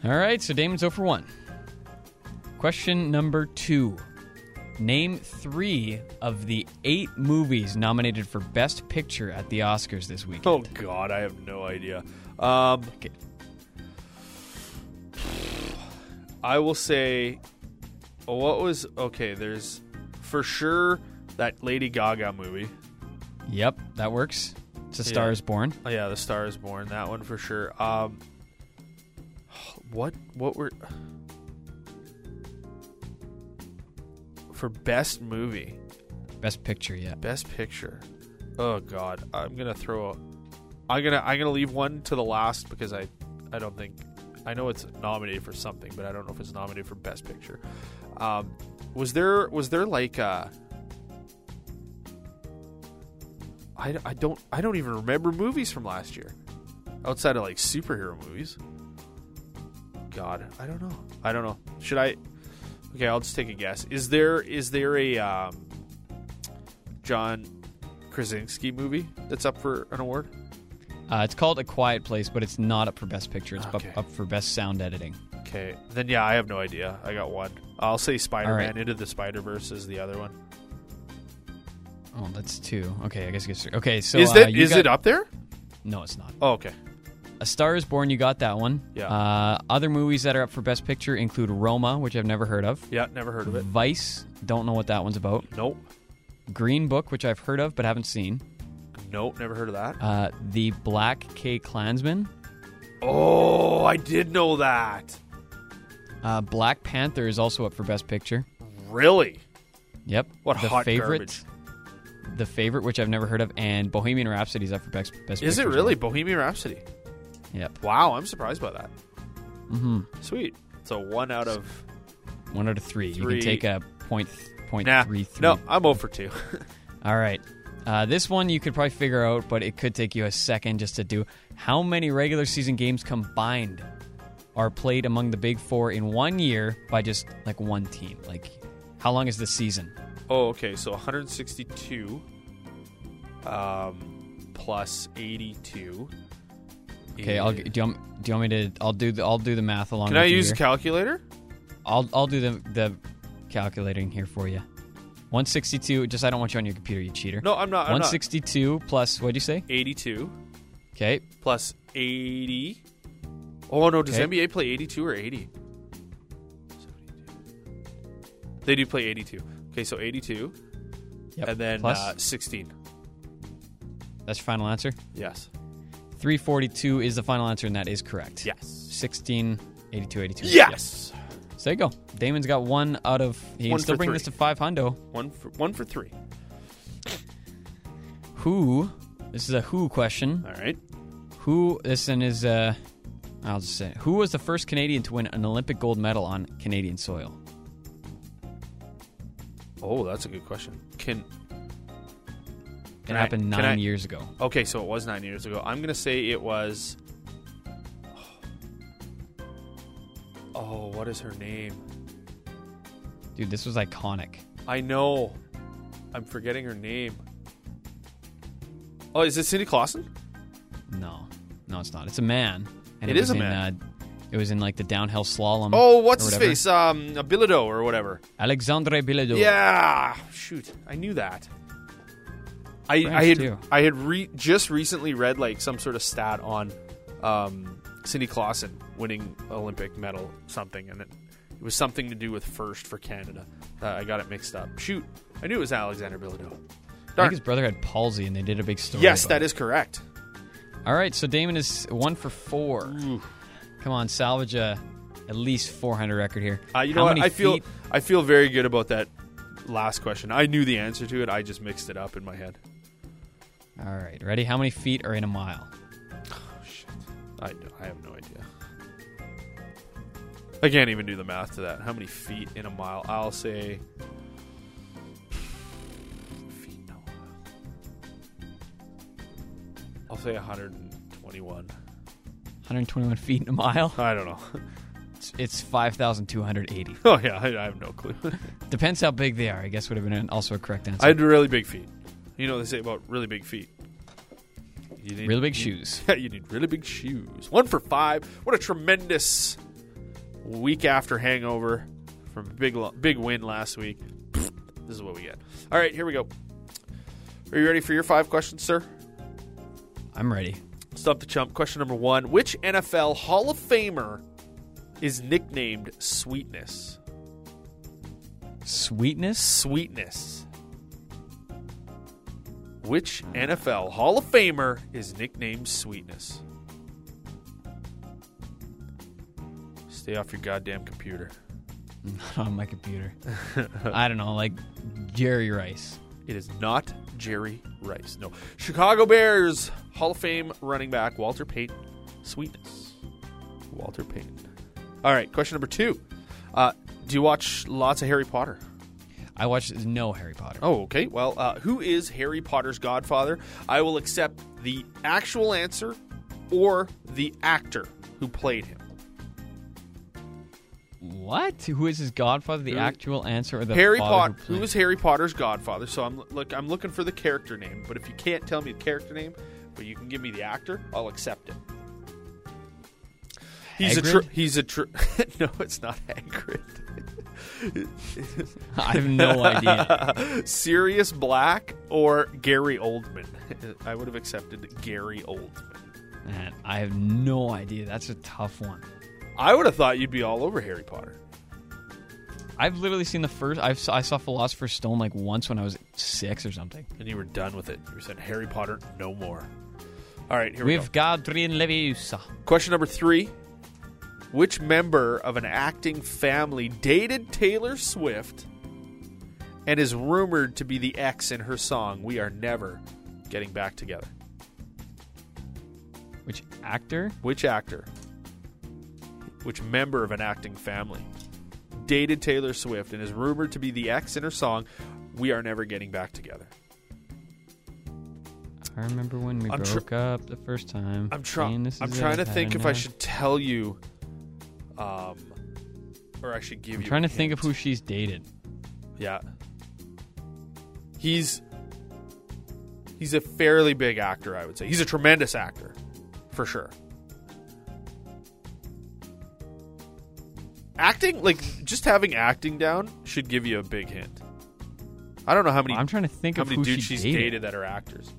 S6: All right, so Damon's 0 for 1. Question number 2. Name 3 of the 8 movies nominated for Best Picture at the Oscars this week.
S5: Oh God, I have no idea. Um,
S6: Okay.
S5: I will say, what was okay? There's for sure that Lady Gaga movie.
S6: Yep, that works. It's a Star
S5: Yeah.
S6: is Born.
S5: Oh yeah, The Star Is Born. That one for sure. Um, what what were <sighs> for best movie,
S6: Best Picture, yeah.
S5: best picture? Oh God, I'm gonna throw. A, I'm gonna I'm gonna leave one to the last because I I don't think I know it's nominated for something, but I don't know if it's nominated for best picture. Um, was there was there like uh I, I don't I don't even remember movies from last year, outside of like superhero movies. God, I don't know. I don't know. Should I? Okay, I'll just take a guess. Is there is there a um, John Krasinski movie that's up for an award?
S6: Uh, it's called A Quiet Place, but it's not up for Best Picture. It's
S5: Okay.
S6: up, up for Best Sound Editing.
S5: Okay, then yeah, I have no idea. I got one. I'll say Spider Man
S6: right.
S5: Into the Spider Verse is the other one.
S6: Oh, that's two. Okay, I guess it gets three. Okay, so
S5: is
S6: uh,
S5: that
S6: you
S5: is
S6: got-
S5: it up there?
S6: No, it's not.
S5: Oh, okay.
S6: A Star is Born, you got that one.
S5: Yeah.
S6: Uh, other movies that are up for Best Picture include Roma, which I've never heard of.
S5: Yeah, never heard of it.
S6: Vice, don't know what that one's about.
S5: Nope.
S6: Green Book, which I've heard of but haven't seen.
S5: Nope. Never heard of that.
S6: Uh, the Black K Klansman.
S5: Oh, I did know that.
S6: Uh, Black Panther is also up for Best Picture.
S5: Really?
S6: Yep.
S5: What
S6: the
S5: hot
S6: favorite? The favorite, which I've never heard of, and Bohemian Rhapsody is up for Best, best Picture.
S5: Is it
S6: as
S5: really Bohemian Rhapsody?
S6: well. Yep.
S5: Wow, I'm surprised by that. Mm-hmm. Sweet. So one out of
S6: One out of three. You
S5: Three.
S6: can take a point, th- point
S5: nah.
S6: three three.
S5: No, I'm over two. <laughs>
S6: All right. Uh, this one you could probably figure out, but it could take you a second just to do. How many regular season games combined are played among the big four in one year by just like one team? Like, how long is the season?
S5: oh, okay. So 162 um, plus 82.
S6: Okay, I'll g- do. You want, do you want me to? I'll do. The, I'll do the math along.
S5: Can
S6: with
S5: I
S6: you
S5: use
S6: here.
S5: calculator?
S6: I'll I'll do the the calculating here for you. 162. Just I don't want you on your computer, you cheater.
S5: No, I'm not. I'm not.
S6: 162 plus what'd you say?
S5: 82
S6: Okay,
S5: plus 80. Oh, no. Does
S6: Okay.
S5: NBA play 82 or 80? They do play 82. Okay, so 82
S6: yep.
S5: and then
S6: plus.
S5: uh, 16.
S6: that's your final answer.
S5: Yes.
S6: 342 is the final answer, and that is correct.
S5: Yes.
S6: 16, 82, 82.
S5: Yes.
S6: So there you go. Damon's got one out of. He can
S5: One
S6: still
S5: for
S6: bring this to
S5: three.
S6: five hundo.
S5: One for one for three.
S6: Who? This is a who question.
S5: All right.
S6: Who? This one is. Uh, I'll just say. it. Who was the first Canadian to win an Olympic gold medal on Canadian soil?
S5: Oh, that's a good question. Can
S6: It
S5: I-
S6: happened
S5: can
S6: nine
S5: I-
S6: years ago.
S5: okay, so it was nine years ago. I'm gonna say it was. <sighs> Oh, what is her name?
S6: Dude, this was iconic.
S5: I know. I'm forgetting her name. Oh, is it Cindy Clausen?
S6: No, no, it's not. It's a man. And
S5: It is
S6: was
S5: a
S6: in,
S5: man.
S6: Uh, it was in like the downhill slalom.
S5: Oh,
S6: or
S5: what's his
S6: whatever.
S5: face? Um, Bilodeau or whatever.
S6: Alexandre Bilodeau.
S5: Yeah. Shoot, I knew that. I, I
S6: French,
S5: had
S6: too.
S5: I had re- just recently read like some sort of stat on um, Cindy Clausen winning Olympic medal something, and it, it was something to do with first for Canada. Uh, I got it mixed up. Shoot, I knew it was Alexander Bilodeau.
S6: I think
S5: Darn.
S6: his brother had palsy, and they did a big story.
S5: Yes,
S6: about
S5: that is correct.
S6: it. All right, so Damon is one for four. Come on, salvage a at least 400 record here.
S5: Uh, you
S6: How
S5: know what?
S6: many
S5: I feel
S6: feet-
S5: I feel very good about that last question. I knew the answer to it. I just mixed it up in my head.
S6: All right, ready? How many feet are in a mile?
S5: I, I have no idea. I can't even do the math to that. How many feet in a mile? I'll say. Feet in a mile. I'll say 121.
S6: 121 feet in
S5: <laughs>
S6: a mile.
S5: I don't know.
S6: It's, it's 5,280.
S5: Oh, yeah, I, I have no clue. <laughs>
S6: Depends how big they are. I guess would have been an- also a correct answer.
S5: I had really big feet. You know what they say about really big feet? You need-
S6: Really big
S5: you-
S6: shoes.
S5: <laughs> Yeah, you need really big shoes. One for five. What a tremendous week after hangover from a big lo- big win last week. <laughs> This is what we get. All right, here we go. Are you ready for your five questions, sir?
S6: I'm ready.
S5: Stump the chump. Question number one: Which NFL Hall of Famer is nicknamed Sweetness?
S6: Sweetness. <laughs>
S5: Sweetness. Which NFL Hall of Famer is nicknamed Sweetness? Stay off your goddamn computer.
S6: on my
S5: <laughs>
S6: computer. I don't know, like Jerry Rice.
S5: It is not Jerry Rice. No. Chicago Bears Hall of Fame running back Walter Payton. Sweetness. Walter Payton. All right, question number two. Uh, do you watch lots of Harry Potter?
S6: I watched no Harry Potter.
S5: Oh, okay. Well, uh, who is Harry Potter's godfather? I will accept the actual answer or the actor who played him.
S6: What? Who is his godfather? The actual answer or the
S5: Harry
S6: father
S5: Potter.
S6: who
S5: Who
S6: played-
S5: is Harry Potter's godfather? So I'm look. I'm looking for the character name. But if you can't tell me the character name, but you can give me the actor, I'll accept it. He's a tr-
S6: Hagrid?
S5: he's a tr- <laughs> no, it's not Hagrid.
S6: <laughs> I have
S5: <laughs>
S6: no idea.
S5: Sirius Black or Gary Oldman. <laughs> I would have accepted Gary Oldman.
S6: Man, I have no idea. That's a tough one.
S5: I would have thought you'd be all over Harry Potter.
S6: I've literally seen the first. I've, I saw Philosopher's Stone like once when I was six or something.
S5: and you were done with it. You said Harry Potter, no more. All right, here we
S6: We've got Adrien Levius.
S5: go. Question number three: Which member of an acting family dated Taylor Swift and is rumored to be the ex in her song "We Are Never Getting Back Together"?
S6: Which actor?
S5: Which actor? Which member of an acting family dated Taylor Swift and is rumored to be the ex in her song "We Are Never Getting Back Together"?
S6: I remember when we
S5: I'm tr-
S6: broke up the first time.
S5: I'm trying.
S6: And this
S5: I'm
S6: is
S5: trying
S6: it,
S5: to think if I
S6: know.
S5: should tell you, um, or I should give
S6: I'm
S5: you.
S6: trying
S5: a
S6: to think of who
S5: hint.
S6: she's dated.
S5: Yeah. He's he's a fairly big actor, I would say. He's a tremendous actor, for sure. Acting, like just having acting down, should give you a big hint. I don't know how many.
S6: I'm trying to think
S5: how
S6: of
S5: many
S6: who
S5: dudes
S6: she
S5: she's
S6: dated.
S5: that are actors.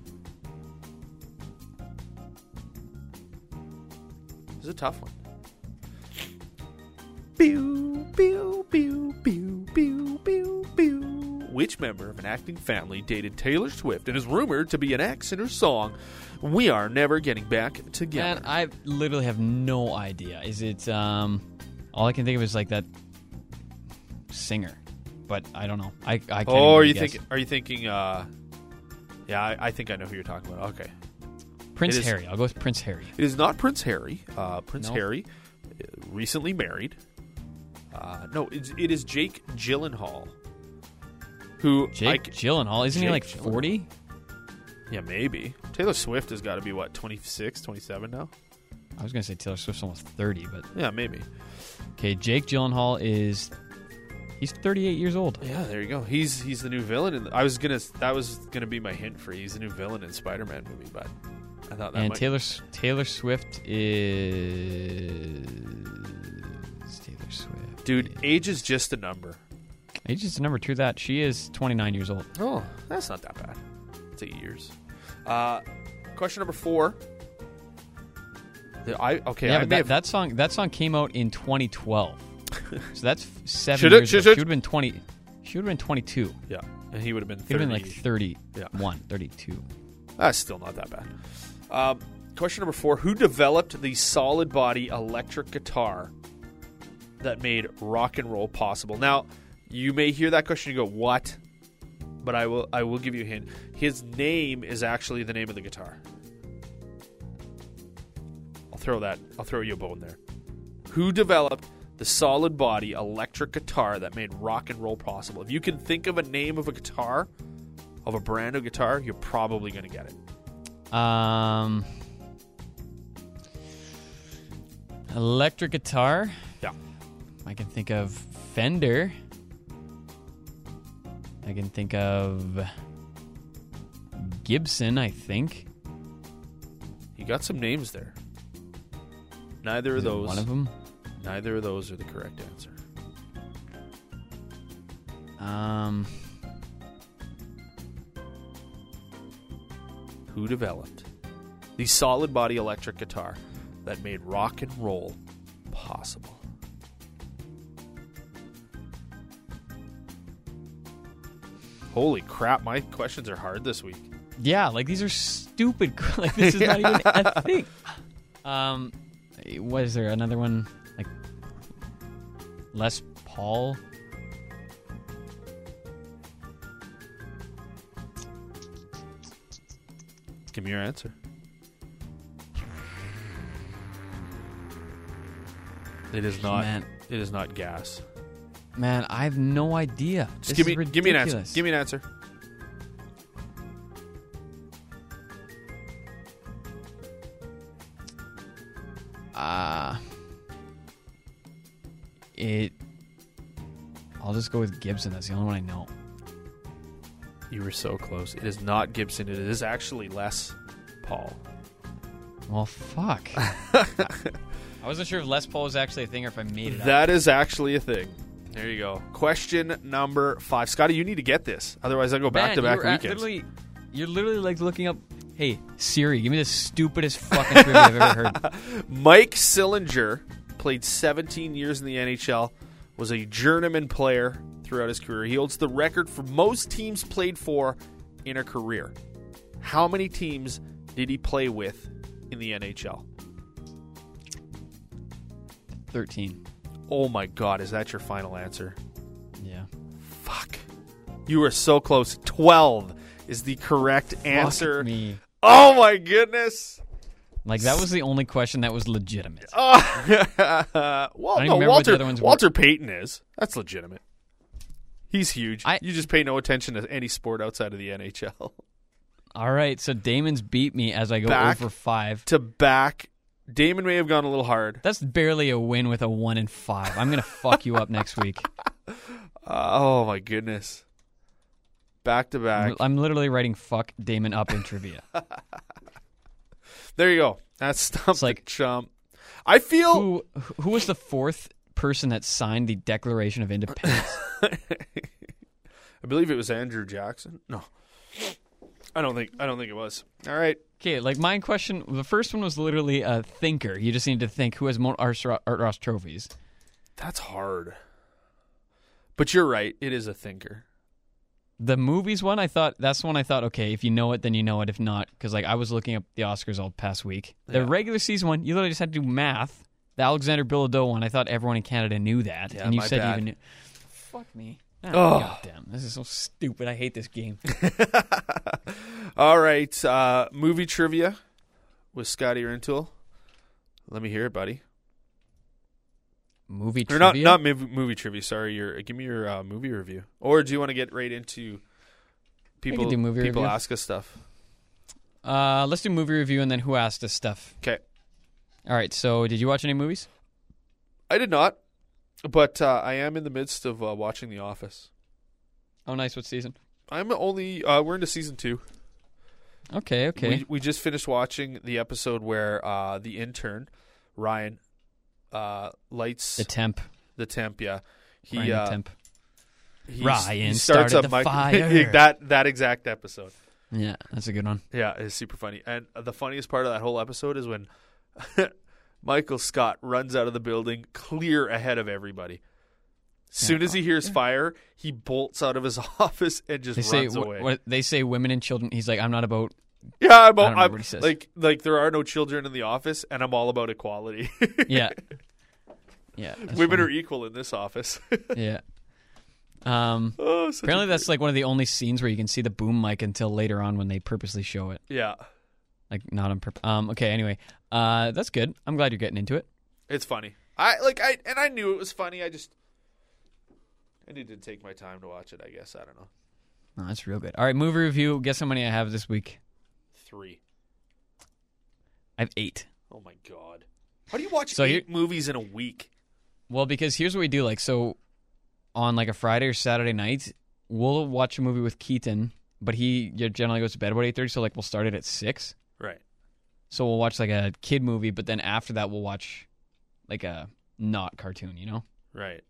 S5: This is a tough one. Pew, pew, pew, pew, pew, pew, pew. Which member of an acting family dated Taylor Swift and is rumored to be an ex in her song "We Are Never Getting Back Together"?
S6: Man, I literally have no idea. Is it um all I can think of is like that singer. But I don't know. I I can't
S5: oh, are
S6: even
S5: you
S6: guess.
S5: thinking? Are you thinking? Uh, yeah, I, I think I know who you're talking about. Okay,
S6: Prince
S5: it is-
S6: Harry. I'll go with Prince Harry.
S5: It is not Prince Harry. Uh, Prince
S6: No.
S5: Harry, uh, recently married. Uh, no, it's, it is Jake Gyllenhaal, who
S6: Jake
S5: I c-
S6: Gyllenhaal. Isn't
S5: Jake
S6: he like
S5: Gyllenhaal.
S6: 40?
S5: yeah, maybe Taylor Swift has got to be what 26, 27 now.
S6: I was going to say Taylor Swift's almost 30, but
S5: Yeah, maybe.
S6: okay, Jake Gyllenhaal is he's 38 years old.
S5: Yeah, there you go. He's he's the new villain. In the, I was gonna that was gonna be my hint for you. he's the new villain in Spider-Man movie, but I thought that
S6: and
S5: might
S6: Taylor S- Taylor Swift is Taylor Swift.
S5: dude age is just a number.
S6: Age is the number two that she is 29 years old.
S5: Oh, that's not that bad. It's eight years. Uh, question number four. The- I okay.
S6: Yeah,
S5: I
S6: but
S5: may
S6: that,
S5: have,
S6: that song that song came out in
S5: <laughs>
S6: 2012. so that's f- seven
S5: Should it-
S6: years.
S5: should-
S6: ago.
S5: should-
S6: She would have been 20. She would have been 22. She
S5: yeah, and he would have been
S6: would
S5: thirty.
S6: have been like 31,
S5: Yeah.
S6: 32.
S5: that's still not that bad. Um, question number four: Who developed the solid body electric guitar that made rock and roll possible? Now, you may hear that question and go, "What?" But I will. I will give you a hint. His name is actually the name of the guitar. I'll throw that. I'll throw you a bone there. Who developed the solid body electric guitar that made rock and roll possible? If you can think of a name of a guitar, of a brand of guitar, you're probably going to get it.
S6: Um, electric guitar.
S5: Yeah.
S6: I can think of Fender. I can think of Gibson. I think
S5: You got some names there. Neither of
S6: Is it
S5: those.
S6: One of them.
S5: Neither of those are the correct answer.
S6: Um,
S5: Who developed the solid body electric guitar that made rock and roll possible? Holy crap, my questions are hard this week.
S6: yeah, like these are stupid. <laughs> Like
S5: <laughs>
S6: this is not even a thing. Um, what is there? Another one like Les Paul.
S5: Give me your answer. It is not.
S6: Man.
S5: It is not gas.
S6: Man, I have no idea.
S5: Just
S6: This
S5: give me.
S6: is
S5: Give me an answer.
S6: ridiculous.
S5: Give me an answer.
S6: Uh, it. I'll just go with Gibson. That's the only one I know.
S5: You were so close. It is not Gibson. It is actually Les Paul. <laughs>
S6: Well, fuck. I wasn't sure if Les Paul was actually a thing or if I made it up.
S5: That is actually a thing. There you go. Question number five, Scotty. You need to get this, otherwise I'll go
S6: Man,
S5: back to back
S6: you were at-
S5: weekends.
S6: Literally, you're literally like looking up. Hey Siri, give me the stupidest fucking trivia I've
S5: <laughs>
S6: ever heard.
S5: Mike Sillinger played 17 years in the NHL, was a journeyman player throughout his career. He holds the record for most teams played for in a career. How many teams did he play with in the NHL?
S6: Thirteen.
S5: Oh my God, is that your final answer?
S6: Yeah.
S5: Fuck. You were so close. 12 is the correct answer.
S6: Fuck me.
S5: Oh my goodness. <laughs>
S6: Like that was the only question that was legitimate.
S5: Oh, well,
S6: even
S5: no,
S6: remember what
S5: Walter,
S6: the other ones were.
S5: Walter Payton is. That's legitimate. He's huge.
S6: I-
S5: you just pay no attention to any sport outside of the NHL.
S6: All right, so Damon's beat me as I go
S5: Back
S6: over five.
S5: <laughs> to back, Damon may have gone a little hard.
S6: That's barely a win with a one and five. I'm gonna fuck you up next week.
S5: Uh, oh my goodness. Back to <laughs> back.
S6: I'm, I'm literally writing "fuck Damon" up in trivia.
S5: There you go. That's stump
S6: It's like-
S5: the chump. I feel
S6: who who
S5: <laughs>
S6: was the fourth person that signed the Declaration of Independence?
S5: I believe it was Andrew Jackson. No, I don't think I don't think it was. All right,
S6: Okay, like my question, the first one was literally a thinker. You just need to think who has more Art Ross- Art Ross trophies.
S5: that's hard. But you're right. It is a thinker.
S6: The movies one, I thought that's the one I thought. Okay, if you know it, then you know it. If not, because like I was looking up the Oscars all past week. The regular season one, you literally just had to do math. The Alexander Bilodeau one, I thought everyone in Canada knew that, and you
S5: my
S6: said
S5: bad.
S6: you even knew. Fuck me. Oh, goddamn! This is so stupid. I hate
S5: <laughs>
S6: this game.
S5: All right, uh, movie trivia with Scotty Rintoul. Let me hear it, buddy.
S6: Movie
S5: Or
S6: trivia.
S5: not not mov- movie trivia. Sorry, your give me your uh, movie review. Or do you want to get right into people?
S6: do movie
S5: people
S6: review.
S5: ask us stuff.
S6: uh, let's do movie review and then who asked us stuff.
S5: Okay,
S6: All right. So, did you watch any movies?
S5: I did not, but uh, I am in the midst of uh, watching The Office.
S6: Oh, nice. What season?
S5: I'm only uh, we're into season two.
S6: Okay. Okay.
S5: We, we just finished watching the episode where uh, the intern Ryan uh, lights
S6: the
S5: the,
S6: temp.
S5: temp. Yeah, he
S6: Ryan
S5: uh,
S6: the temp.
S5: he,
S6: Ryan
S5: he starts
S6: started
S5: up
S6: the
S5: mic- <laughs>
S6: fire.
S5: that that exact episode.
S6: Yeah, that's a good one.
S5: Yeah, it's super funny. And the funniest part of that whole episode is when <laughs> Michael Scott runs out of the building clear ahead of everybody. Soon as he hears fire, he bolts out of his <laughs> office and just
S6: They say
S5: runs
S6: wh-
S5: away.
S6: what they say women and children. He's like, I'm
S5: <laughs>
S6: not about.
S5: Yeah, I'm,
S6: I
S5: all,
S6: don't remember
S5: I'm
S6: what he says.
S5: like like there are no children in the office, and I'm all about equality. <laughs>
S6: Yeah, yeah. that's
S5: Women
S6: funny.
S5: are equal in this office. <laughs>
S6: Yeah. Um.
S5: oh, such a-
S6: Apparently, that's like one of the only scenes where you can see the boom mic until later on when they purposely show it.
S5: yeah,
S6: Like not on purpose. Um. Okay. Anyway. Uh. That's good. I'm glad you're getting into it.
S5: it's funny. I like I and I knew it was funny. I just I needed to take my time to watch it. I guess I don't know.
S6: No, that's real good. All right. Movie review. Guess how many I have this week?
S5: Three.
S6: I have eight.
S5: Oh my god! How do you watch
S6: So
S5: eight movies in a week?
S6: Well, because here's what we do. Like, so on like a Friday or Saturday night, we'll watch a movie with Keaton, but he generally goes to bed about eight thirty. So like, we'll start it at six.
S5: Right.
S6: So we'll watch like a kid movie, but then after that, we'll watch like a not cartoon. You know?
S5: Right.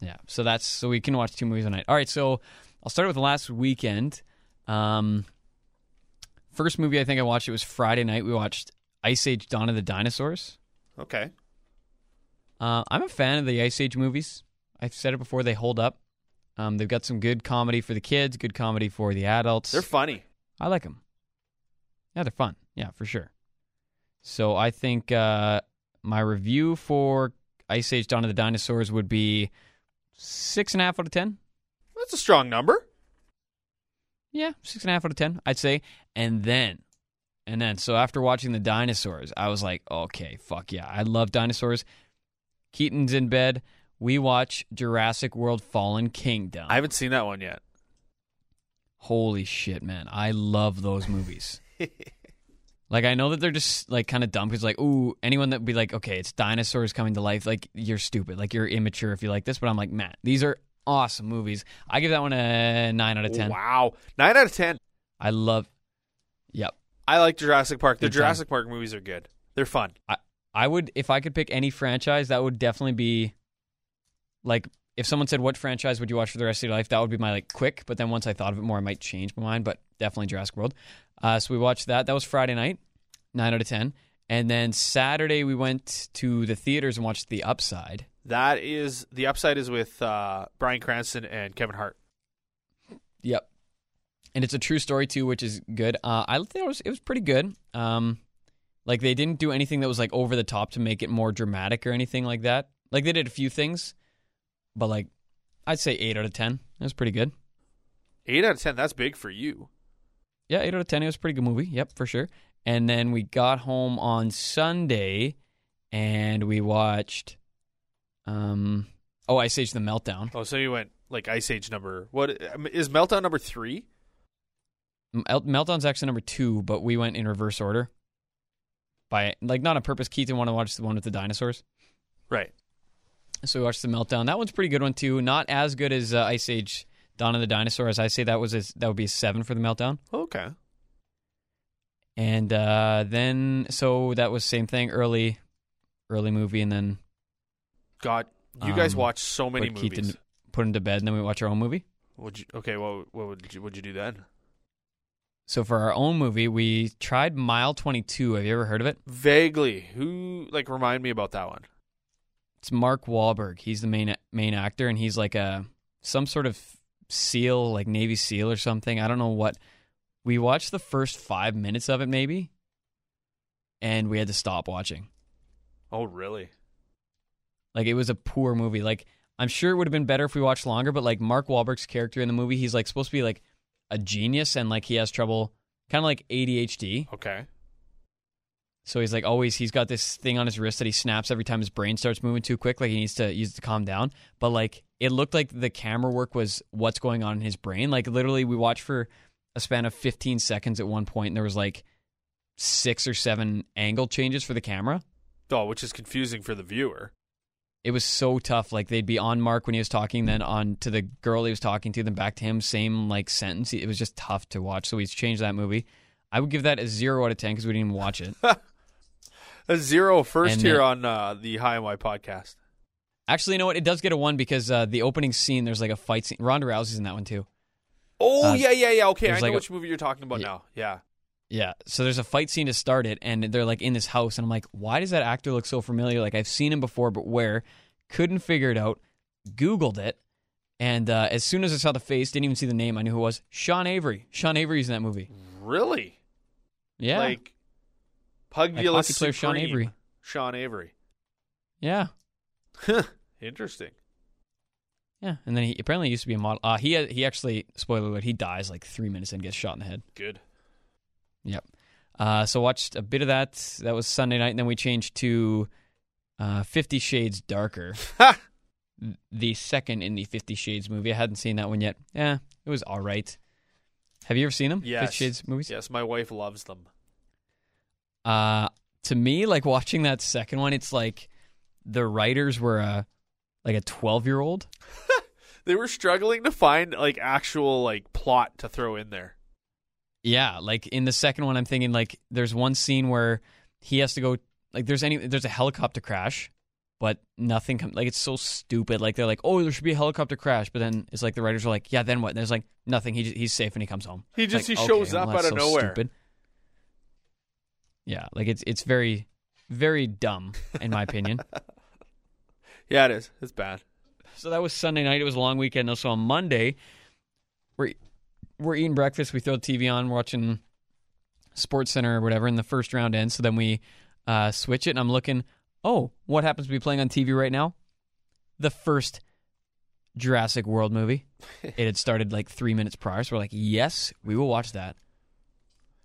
S6: Yeah. So that's so we can watch two movies a night. All right. So I'll start with last weekend. Um, first movie I think I watched it was Friday night. We watched Ice Age: Dawn of the Dinosaurs.
S5: Okay.
S6: Uh, I'm a fan of the Ice Age movies. I've said it before; they hold up. Um, they've got some good comedy for the kids, good comedy for the adults.
S5: They're funny.
S6: I like them. Yeah, they're fun. Yeah, for sure. So I think uh, my review for Ice Age: Dawn of the Dinosaurs would be six and a half out of ten.
S5: That's a strong number.
S6: Yeah, six and a half out of ten, I'd say. And then, and then, so after watching the dinosaurs, I was like, okay, fuck yeah, I love dinosaurs. Keaton's in bed. We watch Jurassic World: Fallen Kingdom.
S5: I haven't seen that one yet.
S6: Holy shit, man! I love
S5: <laughs>
S6: those movies. like, I know that they're just like kind of dumb because, like, ooh, anyone that would be like, okay, it's dinosaurs coming to life. Like, you're stupid. Like, you're immature if you like this. But I'm like, man, these are awesome movies. I give that one a nine out of ten.
S5: Wow. Nine out of ten.
S6: I love. Yep.
S5: I like Jurassic Park. The
S6: Big time.
S5: Jurassic Park movies are good. They're fun.
S6: I I would if I could pick any franchise, that would definitely be like if someone said what franchise would you watch for the rest of your life, that would be my like quick. But then once I thought of it more, I might change my mind. But definitely Jurassic World. Uh, so we watched that. That was Friday night, nine out of ten. And then Saturday we went to the theaters and watched The Upside.
S5: That is the upside is with uh, Brian Cranston and Kevin Hart.
S6: Yep. And it's a true story too, which is good. Uh, I think it was it was pretty good. Um, like they didn't do anything that was like over the top to make it more dramatic or anything like that. Like they did a few things, but like I'd say eight out of ten. It was pretty good.
S5: Eight out of ten. That's big for you.
S6: Yeah, eight out of ten. It was a pretty good movie. Yep, for sure. And then we got home on Sunday, and we watched. Um. Oh, Ice Age: The Meltdown.
S5: Oh, so you went like Ice Age number. What is Meltdown number three?
S6: Mel- Meltdown's actually number two, but we went in reverse order. By like not on purpose. Keaton wanted to watch the one with the dinosaurs,
S5: Right.
S6: so we watched the Meltdown. That one's a pretty good one too. Not as good as uh, Ice Age: Dawn of the Dinosaurs. I say that was a, that would be a seven for the Meltdown.
S5: Okay.
S6: And uh, then so that was same thing early, early movie, and then
S5: God, you guys
S6: Um,
S5: watch so many
S6: put
S5: movies.
S6: Keaton put him to bed, and then we watch our own movie.
S5: Would you? Okay. What what would you would you do then?
S6: So for our own movie, we tried Mile 22. Have you ever heard of it?
S5: Vaguely. Who like remind me about that one?
S6: It's Mark Wahlberg. He's the main main actor, and he's like a some sort of SEAL, like Navy SEAL or something. I don't know what. We watched the first five minutes of it, maybe, and we had to stop watching.
S5: Oh really?
S6: Like it was a poor movie. Like I'm sure it would have been better if we watched longer, but like Mark Wahlberg's character in the movie, he's like supposed to be like a genius and like he has trouble kind of like ADHD.
S5: Okay.
S6: So he's like always he's got this thing on his wrist that he snaps every time his brain starts moving too quick, like he needs to use it to calm down. But like it looked like the camera work was what's going on in his brain. Like literally we watched for a span of fifteen seconds at one point and there was like six or seven angle changes for the camera.
S5: Oh, which is confusing for the viewer.
S6: It was so tough. Like they'd be on Mark when he was talking, then on to the girl he was talking to, then back to him, same like sentence. It was just tough to watch. So he's changed that movie. I would give that a zero out of ten because we didn't even watch it.
S5: A zero first
S6: And Uh,
S5: here
S6: then-
S5: on uh, the High and Wide podcast.
S6: Actually, you know what? It does get a one because uh, the opening scene, there's like a fight scene. Ronda Rousey's in that one too.
S5: Oh
S6: Uh,
S5: yeah, yeah, yeah. Okay, I
S6: there's
S5: know
S6: like a-
S5: which movie you're talking about
S6: Yeah.
S5: now. Yeah.
S6: Yeah. So there's a fight scene to start it, and they're like in this house, and I'm like, why does that actor look so familiar? Like I've seen him before, but where? Couldn't figure it out. Googled it, and uh, as soon as I saw the face, didn't even see the name. I knew who it was. Sean Avery. Sean Avery's in that movie.
S5: Really?
S6: Yeah.
S5: Like
S6: Like hockey
S5: Pugulus
S6: player Sean
S5: Supreme,
S6: Avery.
S5: Sean Avery. <laughs>
S6: Yeah.
S5: Interesting.
S6: Yeah. And then he apparently used to be a model. Uh, he he actually spoiler alert. He dies like three minutes and gets shot in the head.
S5: Good.
S6: Yep. Uh, so watched a bit of that. That was Sunday night, and then we changed to uh, Fifty Shades Darker, the second in the Fifty Shades movie. I hadn't seen that one yet. Yeah, it was all right. Have you ever seen them?
S5: Yes.
S6: Fifty Shades movies.
S5: Yes, my wife loves them.
S6: Uh, to me, like watching that second one, it's like the writers were a like a twelve year old.
S5: They were struggling to find like actual like plot to throw in there.
S6: Yeah, like in the second one, I'm thinking like there's one scene where he has to go like there's any there's a helicopter crash, but nothing com- like it's so stupid. Like they're like, oh, there should be a helicopter crash, but then it's like the writers are like, yeah, then what? there's like nothing. He just, he's safe and he comes home.
S5: He
S6: It's
S5: just-
S6: like,
S5: he shows
S6: okay, well,
S5: up out
S6: that's
S5: of
S6: so
S5: nowhere.
S6: Stupid. Yeah, like it's it's very very dumb in my
S5: <laughs>
S6: opinion.
S5: Yeah, it is. It's bad.
S6: So that was Sunday night. It was a long weekend. though. So on Monday, we're we're eating breakfast. We throw the TV on, we're watching Sports Center or whatever, and the first round ends. So then we uh, switch it, and I'm looking. Oh, what happens to be playing on TV right now? The first Jurassic World movie. it had started like three minutes prior, so we're like, yes, we will watch that.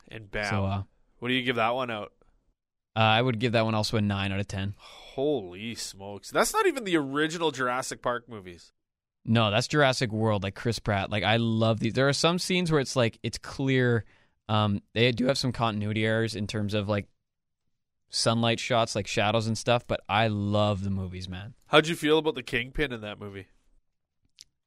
S5: And bam.
S6: So uh, uh,
S5: what do you give that one out?
S6: I would give that one also a nine out of ten.
S5: Holy smokes. That's not even the original Jurassic Park movies.
S6: No, that's Jurassic World, like Chris Pratt. Like I love these. There are some scenes where it's like it's clear. Um, they do have some continuity errors in terms of like sunlight shots, like shadows and stuff. But I love the movies, man.
S5: How'd you feel about the Kingpin in that movie?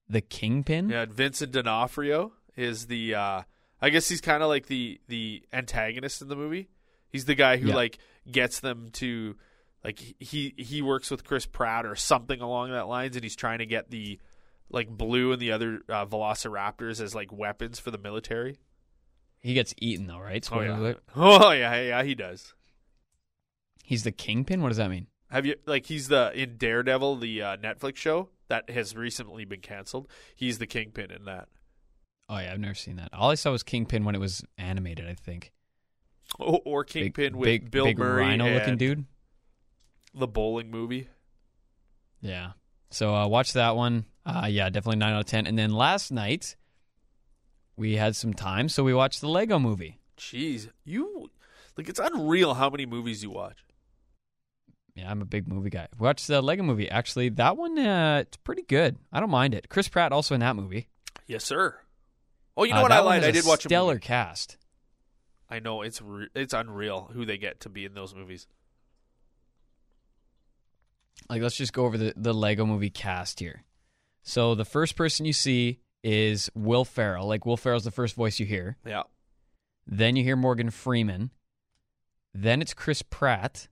S6: The Kingpin.
S5: Yeah, Vincent D'Onofrio is the. Uh, I guess he's kind of like the the antagonist in the movie. He's the guy who
S6: Yeah.
S5: like gets them to like he he works with Chris Pratt or something along that lines, and he's trying to get the like blue and the other uh, Velociraptors as like weapons for the military.
S6: He gets eaten though, right?
S5: Oh
S6: Spoiler
S5: yeah,
S6: alert.
S5: <laughs> oh yeah, yeah, he does.
S6: He's the Kingpin. What does that mean?
S5: Have you like he's the in Daredevil the uh, Netflix show that has recently been canceled? He's the kingpin in that.
S6: Oh yeah, I've never seen that. All I saw was Kingpin when it was animated. I think.
S5: Oh, or
S6: Big-
S5: kingpin with
S6: big,
S5: Bill
S6: big
S5: Murray
S6: rhino-looking
S5: and
S6: dude.
S5: the bowling movie.
S6: Yeah. So uh, watch that one. Uh, yeah, definitely nine out of ten. And then last night we had some time, so we watched the Lego Movie.
S5: Jeez, you like it's unreal how many movies you watch.
S6: Yeah, I'm a big movie guy. We watched the Lego Movie. Actually, that one uh, it's pretty good. I don't mind it. Chris Pratt also in that movie.
S5: Yes, sir. Oh, you know
S6: Uh,
S5: what?
S6: that
S5: I
S6: one
S5: lied.
S6: has
S5: I
S6: a
S5: did watch a
S6: stellar
S5: movie.
S6: cast.
S5: I know it's re- it's unreal who they get to be in those movies.
S6: Like, let's just go over the the Lego Movie cast here. So the first person you see is Will Ferrell. Like Will Ferrell's the first voice you hear.
S5: Yeah,
S6: Then you hear Morgan Freeman. Then it's Chris Pratt.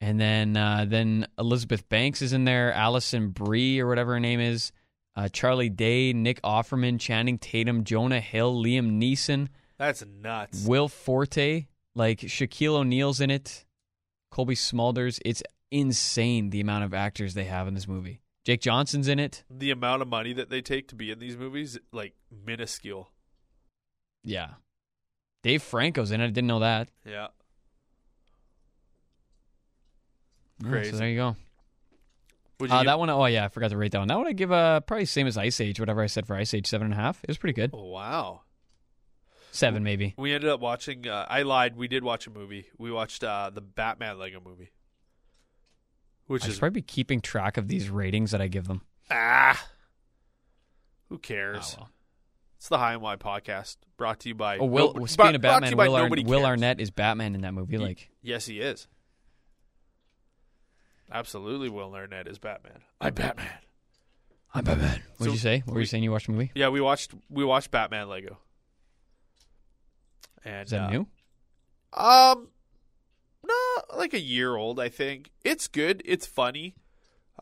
S6: And then uh, then Elizabeth Banks is in there, Allison Brie or whatever her name is, uh, Charlie Day, Nick Offerman, Channing Tatum, Jonah Hill, Liam Neeson,
S5: That's nuts.
S6: Will Forte, like Shaquille O'Neal's in it, Colby Smulders. It's insane the amount of actors they have in this movie. Jake Johnson's in it.
S5: the amount of money that they take to be in these movies, like minuscule.
S6: Yeah. Dave Franco's in it. I didn't know that.
S5: Yeah.
S6: Yeah,
S5: Crazy.
S6: So there you go.
S5: Would
S6: Uh, that one, oh yeah, I forgot to rate that one. That one I give uh, probably same as Ice Age, whatever I said for Ice Age, seven and a half. It was pretty
S5: Oh,
S6: good.
S5: wow.
S6: Seven maybe.
S5: We ended up watching. Uh, I lied. We did watch a movie. We watched uh, the Batman Lego movie, which
S6: I
S5: is
S6: should probably be keeping track of these ratings that I give them.
S5: ah. Who
S6: Oh,
S5: cares?
S6: well.
S5: It's the High and Wide podcast brought to you by.
S6: Oh, Will,
S5: no-
S6: speaking of
S5: brought to
S6: Batman,
S5: you by
S6: Will, Arn-
S5: Nobody
S6: Will
S5: Cares.
S6: Arnett is Batman in that movie.
S5: Ye-
S6: Like,
S5: Yes, he is. Absolutely, Will Arnett is Batman.
S1: I'm Batman.
S6: I'm Batman. What
S5: So
S6: did you say? What were
S5: we-
S6: you saying? You watched the movie?
S5: Yeah, we watched we watched Batman Lego. And
S6: Is that
S5: uh,
S6: new?
S5: Um, no, like a year old, I think. It's good. It's funny.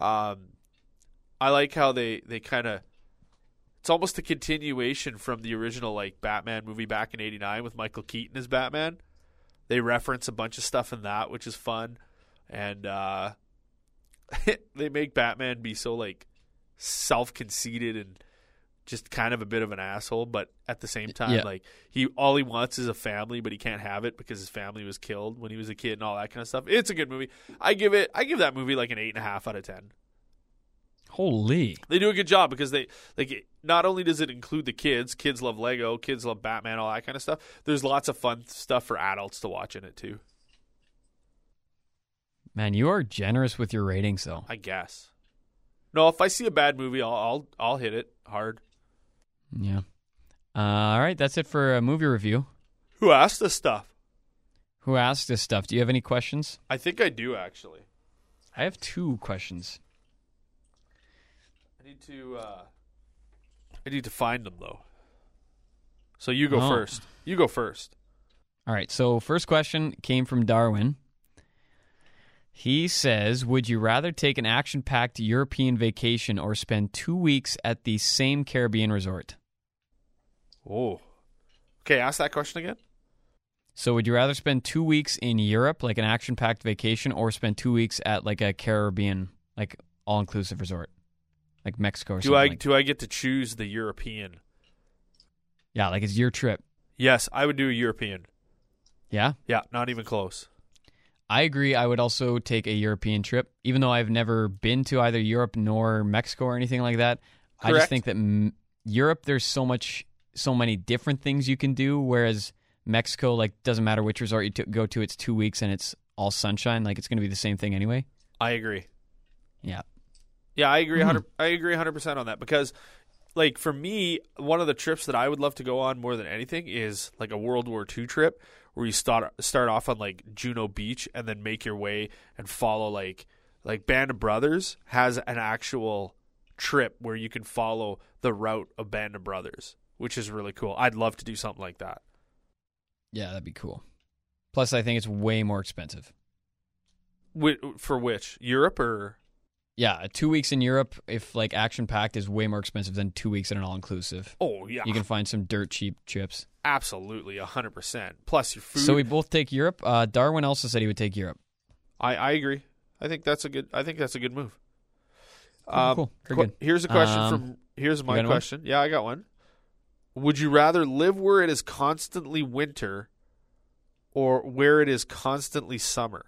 S5: Um, I like how they they kind of. It's almost a continuation from the original like Batman movie back in '89 with Michael Keaton as Batman. They reference a bunch of stuff in that, which is fun, and uh, <laughs> they make Batman be so like self-conceited and just kind of a bit of an asshole, but at the same time,
S6: Yeah.
S5: like he all he wants is a family, but he can't have it because his family was killed when he was a kid and all that kind of stuff. It's a good movie. I give it. I give that movie like an eight and a half out of ten.
S6: Holy.
S5: They do a good job because they like it, not only does it include the kids. Kids love Lego. Kids love Batman. All that kind of stuff. There's lots of fun stuff for adults to watch in it too.
S6: Man, you are generous with your ratings, though.
S5: I guess. No, if I see a bad movie, I'll I'll, I'll hit it hard.
S6: Yeah. Uh, all right, that's it for a movie review.
S5: Who asked this stuff?
S6: Who asked this stuff? Do you have any questions?
S5: I think I do actually.
S6: I have two questions.
S5: I need to. Uh, I need to find them though. So you go
S6: Oh.
S5: first. You go first.
S6: All right, so first question came from Darwin. He says, Would you rather take an action packed European vacation or spend two weeks at the same Caribbean resort?
S5: Oh. Okay, ask that question again.
S6: So, would you rather spend two weeks in Europe, like an action packed vacation, or spend two weeks at like a Caribbean, like all inclusive resort, like Mexico or
S5: Do
S6: something?
S5: I
S6: like-
S5: do I get to choose the European?
S6: yeah, like it's your trip.
S5: Yes, I would do a European.
S6: Yeah,
S5: Yeah, not even close.
S6: I agree. I would also take a European trip, even though I've never been to either Europe nor Mexico or anything like that. I
S5: Correct.
S6: just think that m- Europe, there's so much, so many different things you can do, whereas Mexico, like, doesn't matter which resort you t- go to, it's two weeks and it's all sunshine. Like, it's going to be the same thing anyway.
S5: I agree.
S6: Yeah.
S5: Yeah, I agree. 100, I agree 100% on that because like for me, one of the trips that I would love to go on more than anything is like a World War II trip where you start start off on like Juno Beach and then make your way and follow like like Band of Brothers has an actual trip where you can follow the route of Band of Brothers, which is really cool. I'd love to do something like that.
S6: Yeah, that'd be cool. Plus, I think it's way more expensive.
S5: Whi- for which Europe or
S6: Yeah, two weeks in Europe, if like action packed, is way more expensive than two weeks at an all inclusive.
S5: oh yeah,
S6: You can find some dirt cheap trips.
S5: absolutely hundred percent. Plus your food.
S6: So we both take Europe. Uh, Darwin also said he would take Europe.
S5: I I agree. I think that's a good. I think that's a good move. Um,
S6: Cool, cool. Very good.
S5: Here's a question
S6: Um,
S5: from. Here's my
S6: got one?
S5: question. Yeah, I got one. Would you rather live where it is constantly winter, or where it is constantly summer?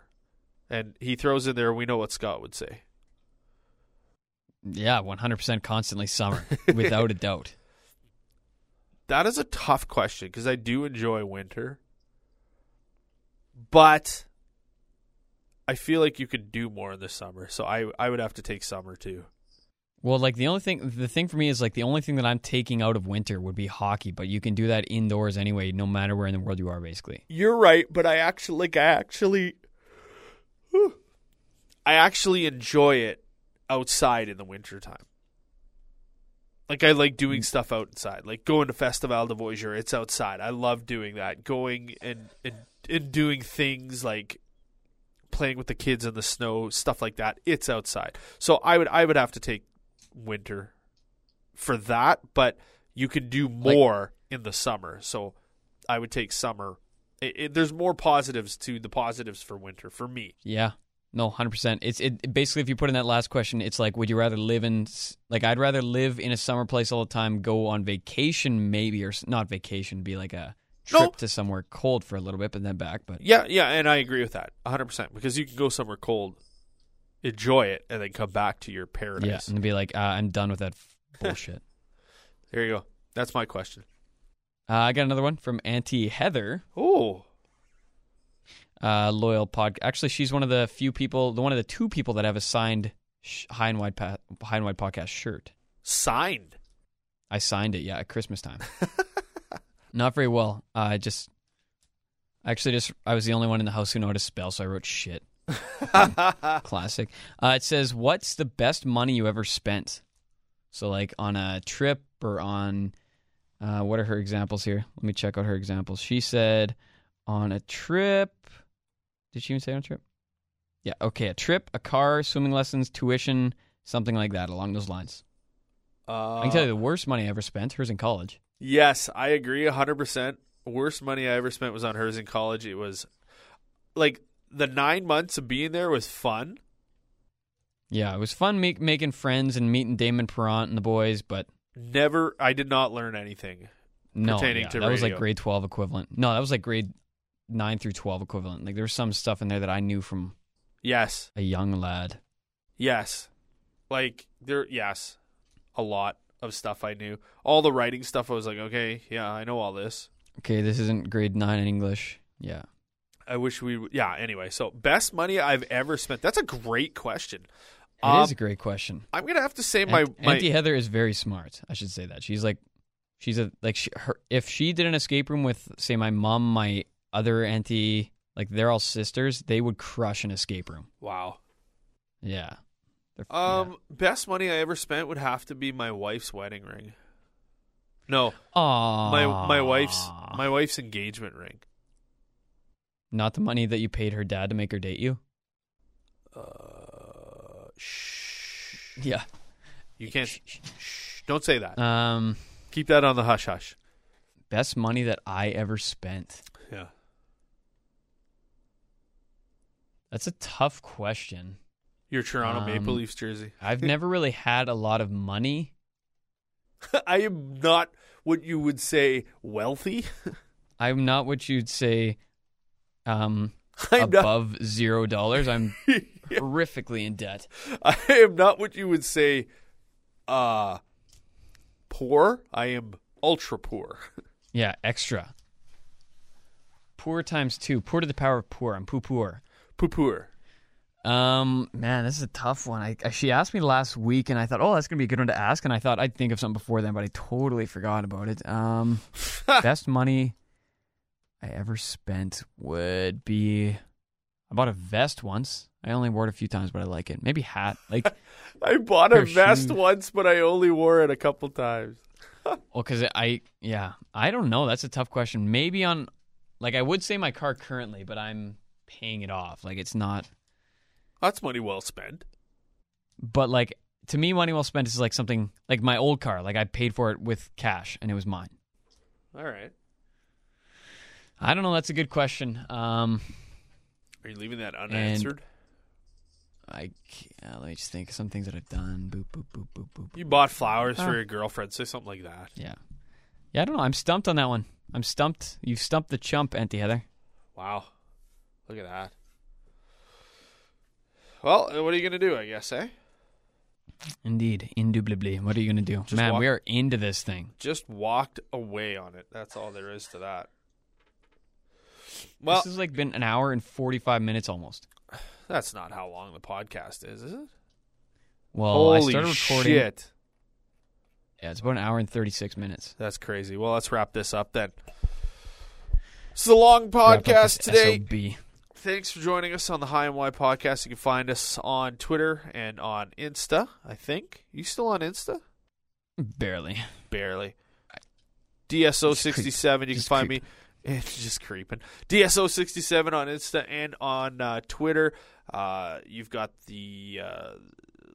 S5: And he throws in there. We know what Scott would say.
S6: Yeah, 100% constantly summer, <laughs> without a doubt.
S5: That is a tough question because I do enjoy winter, but I feel like you could do more in the summer. So I I would have to take summer too.
S6: Well, like the only thing, the thing for me is like the only thing that I'm taking out of winter would be hockey, but you can do that indoors anyway, no matter where in the world you are, basically.
S5: You're right, but I actually like I actually Whew. I actually enjoy it outside in the wintertime. Like I like doing stuff outside. Like going to Festival de Voyageur, it's outside. I love doing that. Going and and, and doing things like playing with the kids in the snow, stuff like that. It's outside. So I would I would have to take winter for that, but you could do more in the summer. So I would take summer. It, it, there's more positives to the positives for winter for me.
S6: Yeah. No, hundred percent. It's it basically if you put in that last question, it's like, would you rather live in s- like I'd rather live in a summer place all the time, go on vacation maybe or s- not vacation, be like a trip
S5: No.
S6: to somewhere cold for a little bit, but then back. But
S5: Yeah, yeah, and I agree with that 100% because you can go somewhere cold, enjoy it, and then come back to your
S6: yeah,
S5: paradise.
S6: and be like, uh, I'm done with that f- bullshit.
S5: There you go. That's my question.
S6: Uh, I got another one from Auntie Heather,
S5: Oh,
S6: uh, loyal pod. Actually, she's one of the few people, the one of the two people that have a signed sh- high and wide pa- high and wide podcast shirt.
S5: signed.
S6: I signed it, yeah, at Christmas time. <laughs> Not very well. Uh, I just actually just I was the only one in the house who knew how to spell, so I wrote shit. Classic. Uh, it says, "What's the best money you ever spent?" So like on a trip or on uh, what are her examples here? Let me check out her examples. She said on a trip. Did she even say on a trip? Yeah. Okay, a trip, a car, swimming lessons, tuition, something like that along those lines.
S5: Uh,
S6: I can tell you the worst money I ever spent. Hers in college.
S5: Yes, I agree 100%. Worst money I ever spent was on hers in college. It was like the nine months of being there was fun.
S6: Yeah, it was fun make, making friends and meeting Damon Perrant and the boys, but
S5: Never, I did not learn anything.
S6: no,
S5: Pertaining
S6: yeah,
S5: to
S6: that was like
S5: radio.
S6: grade twelve equivalent. No, that was like grade nine through twelve equivalent. Like there was some stuff in there that I knew from
S5: Yes,
S6: a young lad.
S5: yes. Like, there, yes, a lot of stuff I knew. All the writing stuff, I was like, okay, yeah, I know all this.
S6: Okay, this isn't grade nine in English. Yeah,
S5: I wish we, w- yeah, anyway. So, best money I've ever spent. That's a great question.
S6: it
S5: Um,
S6: is a great question.
S5: I'm going to have to say my,
S6: My,
S5: my,
S6: Auntie Heather is very smart. I should say that she's like, she's a like she, her. If she did an escape room with say my mom, my other auntie, like they're all sisters, they would crush an escape room.
S5: wow.
S6: Yeah. They're- yeah.
S5: Um, best money I ever spent would have to be my wife's wedding ring. No,
S6: Aww.
S5: my my wife's my wife's engagement ring.
S6: not the money that you paid her dad to make her date you.
S5: Uh, shh,
S6: Yeah.
S5: you can't. Shh, don't say that.
S6: Um,
S5: Keep that on the hush hush.
S6: best money that I ever spent.
S5: Yeah.
S6: That's a tough question.
S5: Your Toronto Maple
S6: Um,
S5: Leafs jersey. <laughs>
S6: I've never really had a lot of money.
S5: I am not what you would say wealthy. <laughs>
S6: I'm not what you'd say um
S5: <laughs> I'm not.
S6: above zero
S5: <laughs>
S6: dollars. I'm horrifically in debt.
S5: I am not what you would say. Uh, poor. I am ultra poor. <laughs>
S6: Yeah, extra. Poor times two. Poor to the power of poor. I'm poo poor.
S5: Poo poor.
S6: Um, man, this is a tough one. I, I she asked me last week, and I thought, oh, that's gonna be a good one to ask, and I thought I'd think of something before then, but I totally forgot about it. <laughs> Um, best money I ever spent would be. I bought a vest once. I only wore it a few times, but I like it. Maybe hat. Like,
S5: I bought a
S6: Her
S5: vest
S6: shoes.
S5: once, but I only wore it a couple times.
S6: well, because I, yeah, I don't know. That's a tough question. Maybe on, like, I would say my car currently, but I'm paying it off. Like, it's not.
S5: That's money well spent.
S6: but like to me money well spent is like something like my old car like i paid for it with cash and it was mine
S5: All right.
S6: i don't know that's a good question um
S5: Are you leaving that unanswered?
S6: i c- uh, let me just think of some things that i've done boop boop boop boop boop boop.
S5: you bought flowers for your girlfriend. Say something like that.
S6: yeah yeah i don't know i'm stumped on that one i'm stumped you've stumped the chump auntie heather
S5: Wow. Look at that. Well, uh, what are you going to do, I guess, eh?
S6: indeed indubitably what are you gonna do
S5: Just
S6: man
S5: walk-
S6: we are into this thing
S5: Just walked away on it. That's all there is to that. Well,
S6: this has like been an hour and 45 minutes almost
S5: that's not how long the podcast is, is it?
S6: well Oh, i
S5: Holy
S6: started recording
S5: shit.
S6: yeah it's about an hour and 36 minutes
S5: That's crazy. Well, let's wrap this up then. It's a long
S6: Wrap up this
S5: podcast today.
S6: SOB.
S5: Thanks for joining us on the High and Wide podcast. You can find us on Twitter and on Insta, I think. You still on Insta?
S6: barely
S5: Barely. DSO67, you can
S6: Just
S5: find
S6: creep.
S5: me. It's just creeping. DSO67 on Insta and on uh, Twitter. Uh, you've got the uh,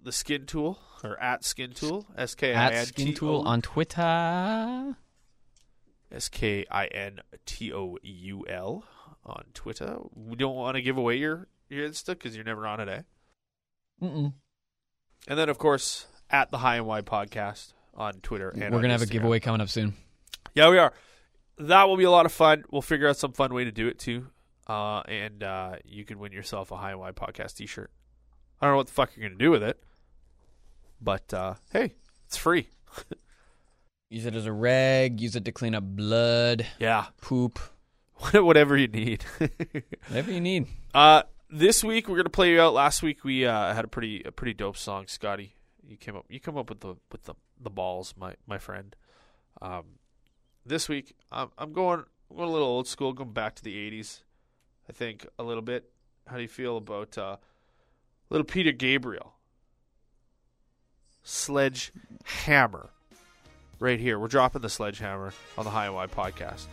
S5: the Skin Tool or at Skin Tool S K I
S6: At
S5: N
S6: Skin
S5: T
S6: Tool
S5: O
S6: on Twitter.
S5: S K I N T O U L on Twitter. We don't want to give away your your Insta because you're never on it, eh?
S6: Mm-mm.
S5: And then of course at the High and Wide podcast on Twitter. And
S6: We're
S5: on
S6: gonna have a
S5: Instagram.
S6: giveaway coming up soon.
S5: Yeah, we are. That will be a lot of fun. We'll figure out some fun way to do it too. Uh, and uh, you can win yourself a High and Wide podcast T-shirt. I don't know what the fuck you're gonna do with it, but uh, hey, it's free.
S6: Use it as a rag. Use it to clean up blood,
S5: Yeah, <laughs>
S6: poop,
S5: whatever you need. <laughs>
S6: whatever you need.
S5: uh, this week we're gonna play you out. Last week we uh, had a pretty a pretty dope song, Scotty. You came up you come up with the with the, the balls, my my friend. Um, this week I'm I'm going I'm going a little old school, going back to the '80s. I think a little bit. How do you feel about uh, little Peter Gabriel? Sledgehammer, right here. We're dropping the sledgehammer on the High and Wide podcast.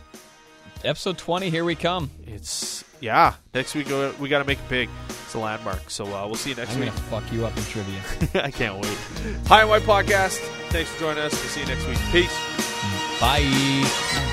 S6: Episode twenty. Here we come.
S5: It's yeah. Next week uh, we got to make it big. It's a landmark. So uh, we'll see you next
S6: I'm gonna
S5: week.
S6: fuck you up in trivia.
S5: <laughs> I can't wait. Hi, White Podcast. Thanks for joining us. We'll see you next week. Peace.
S6: Bye.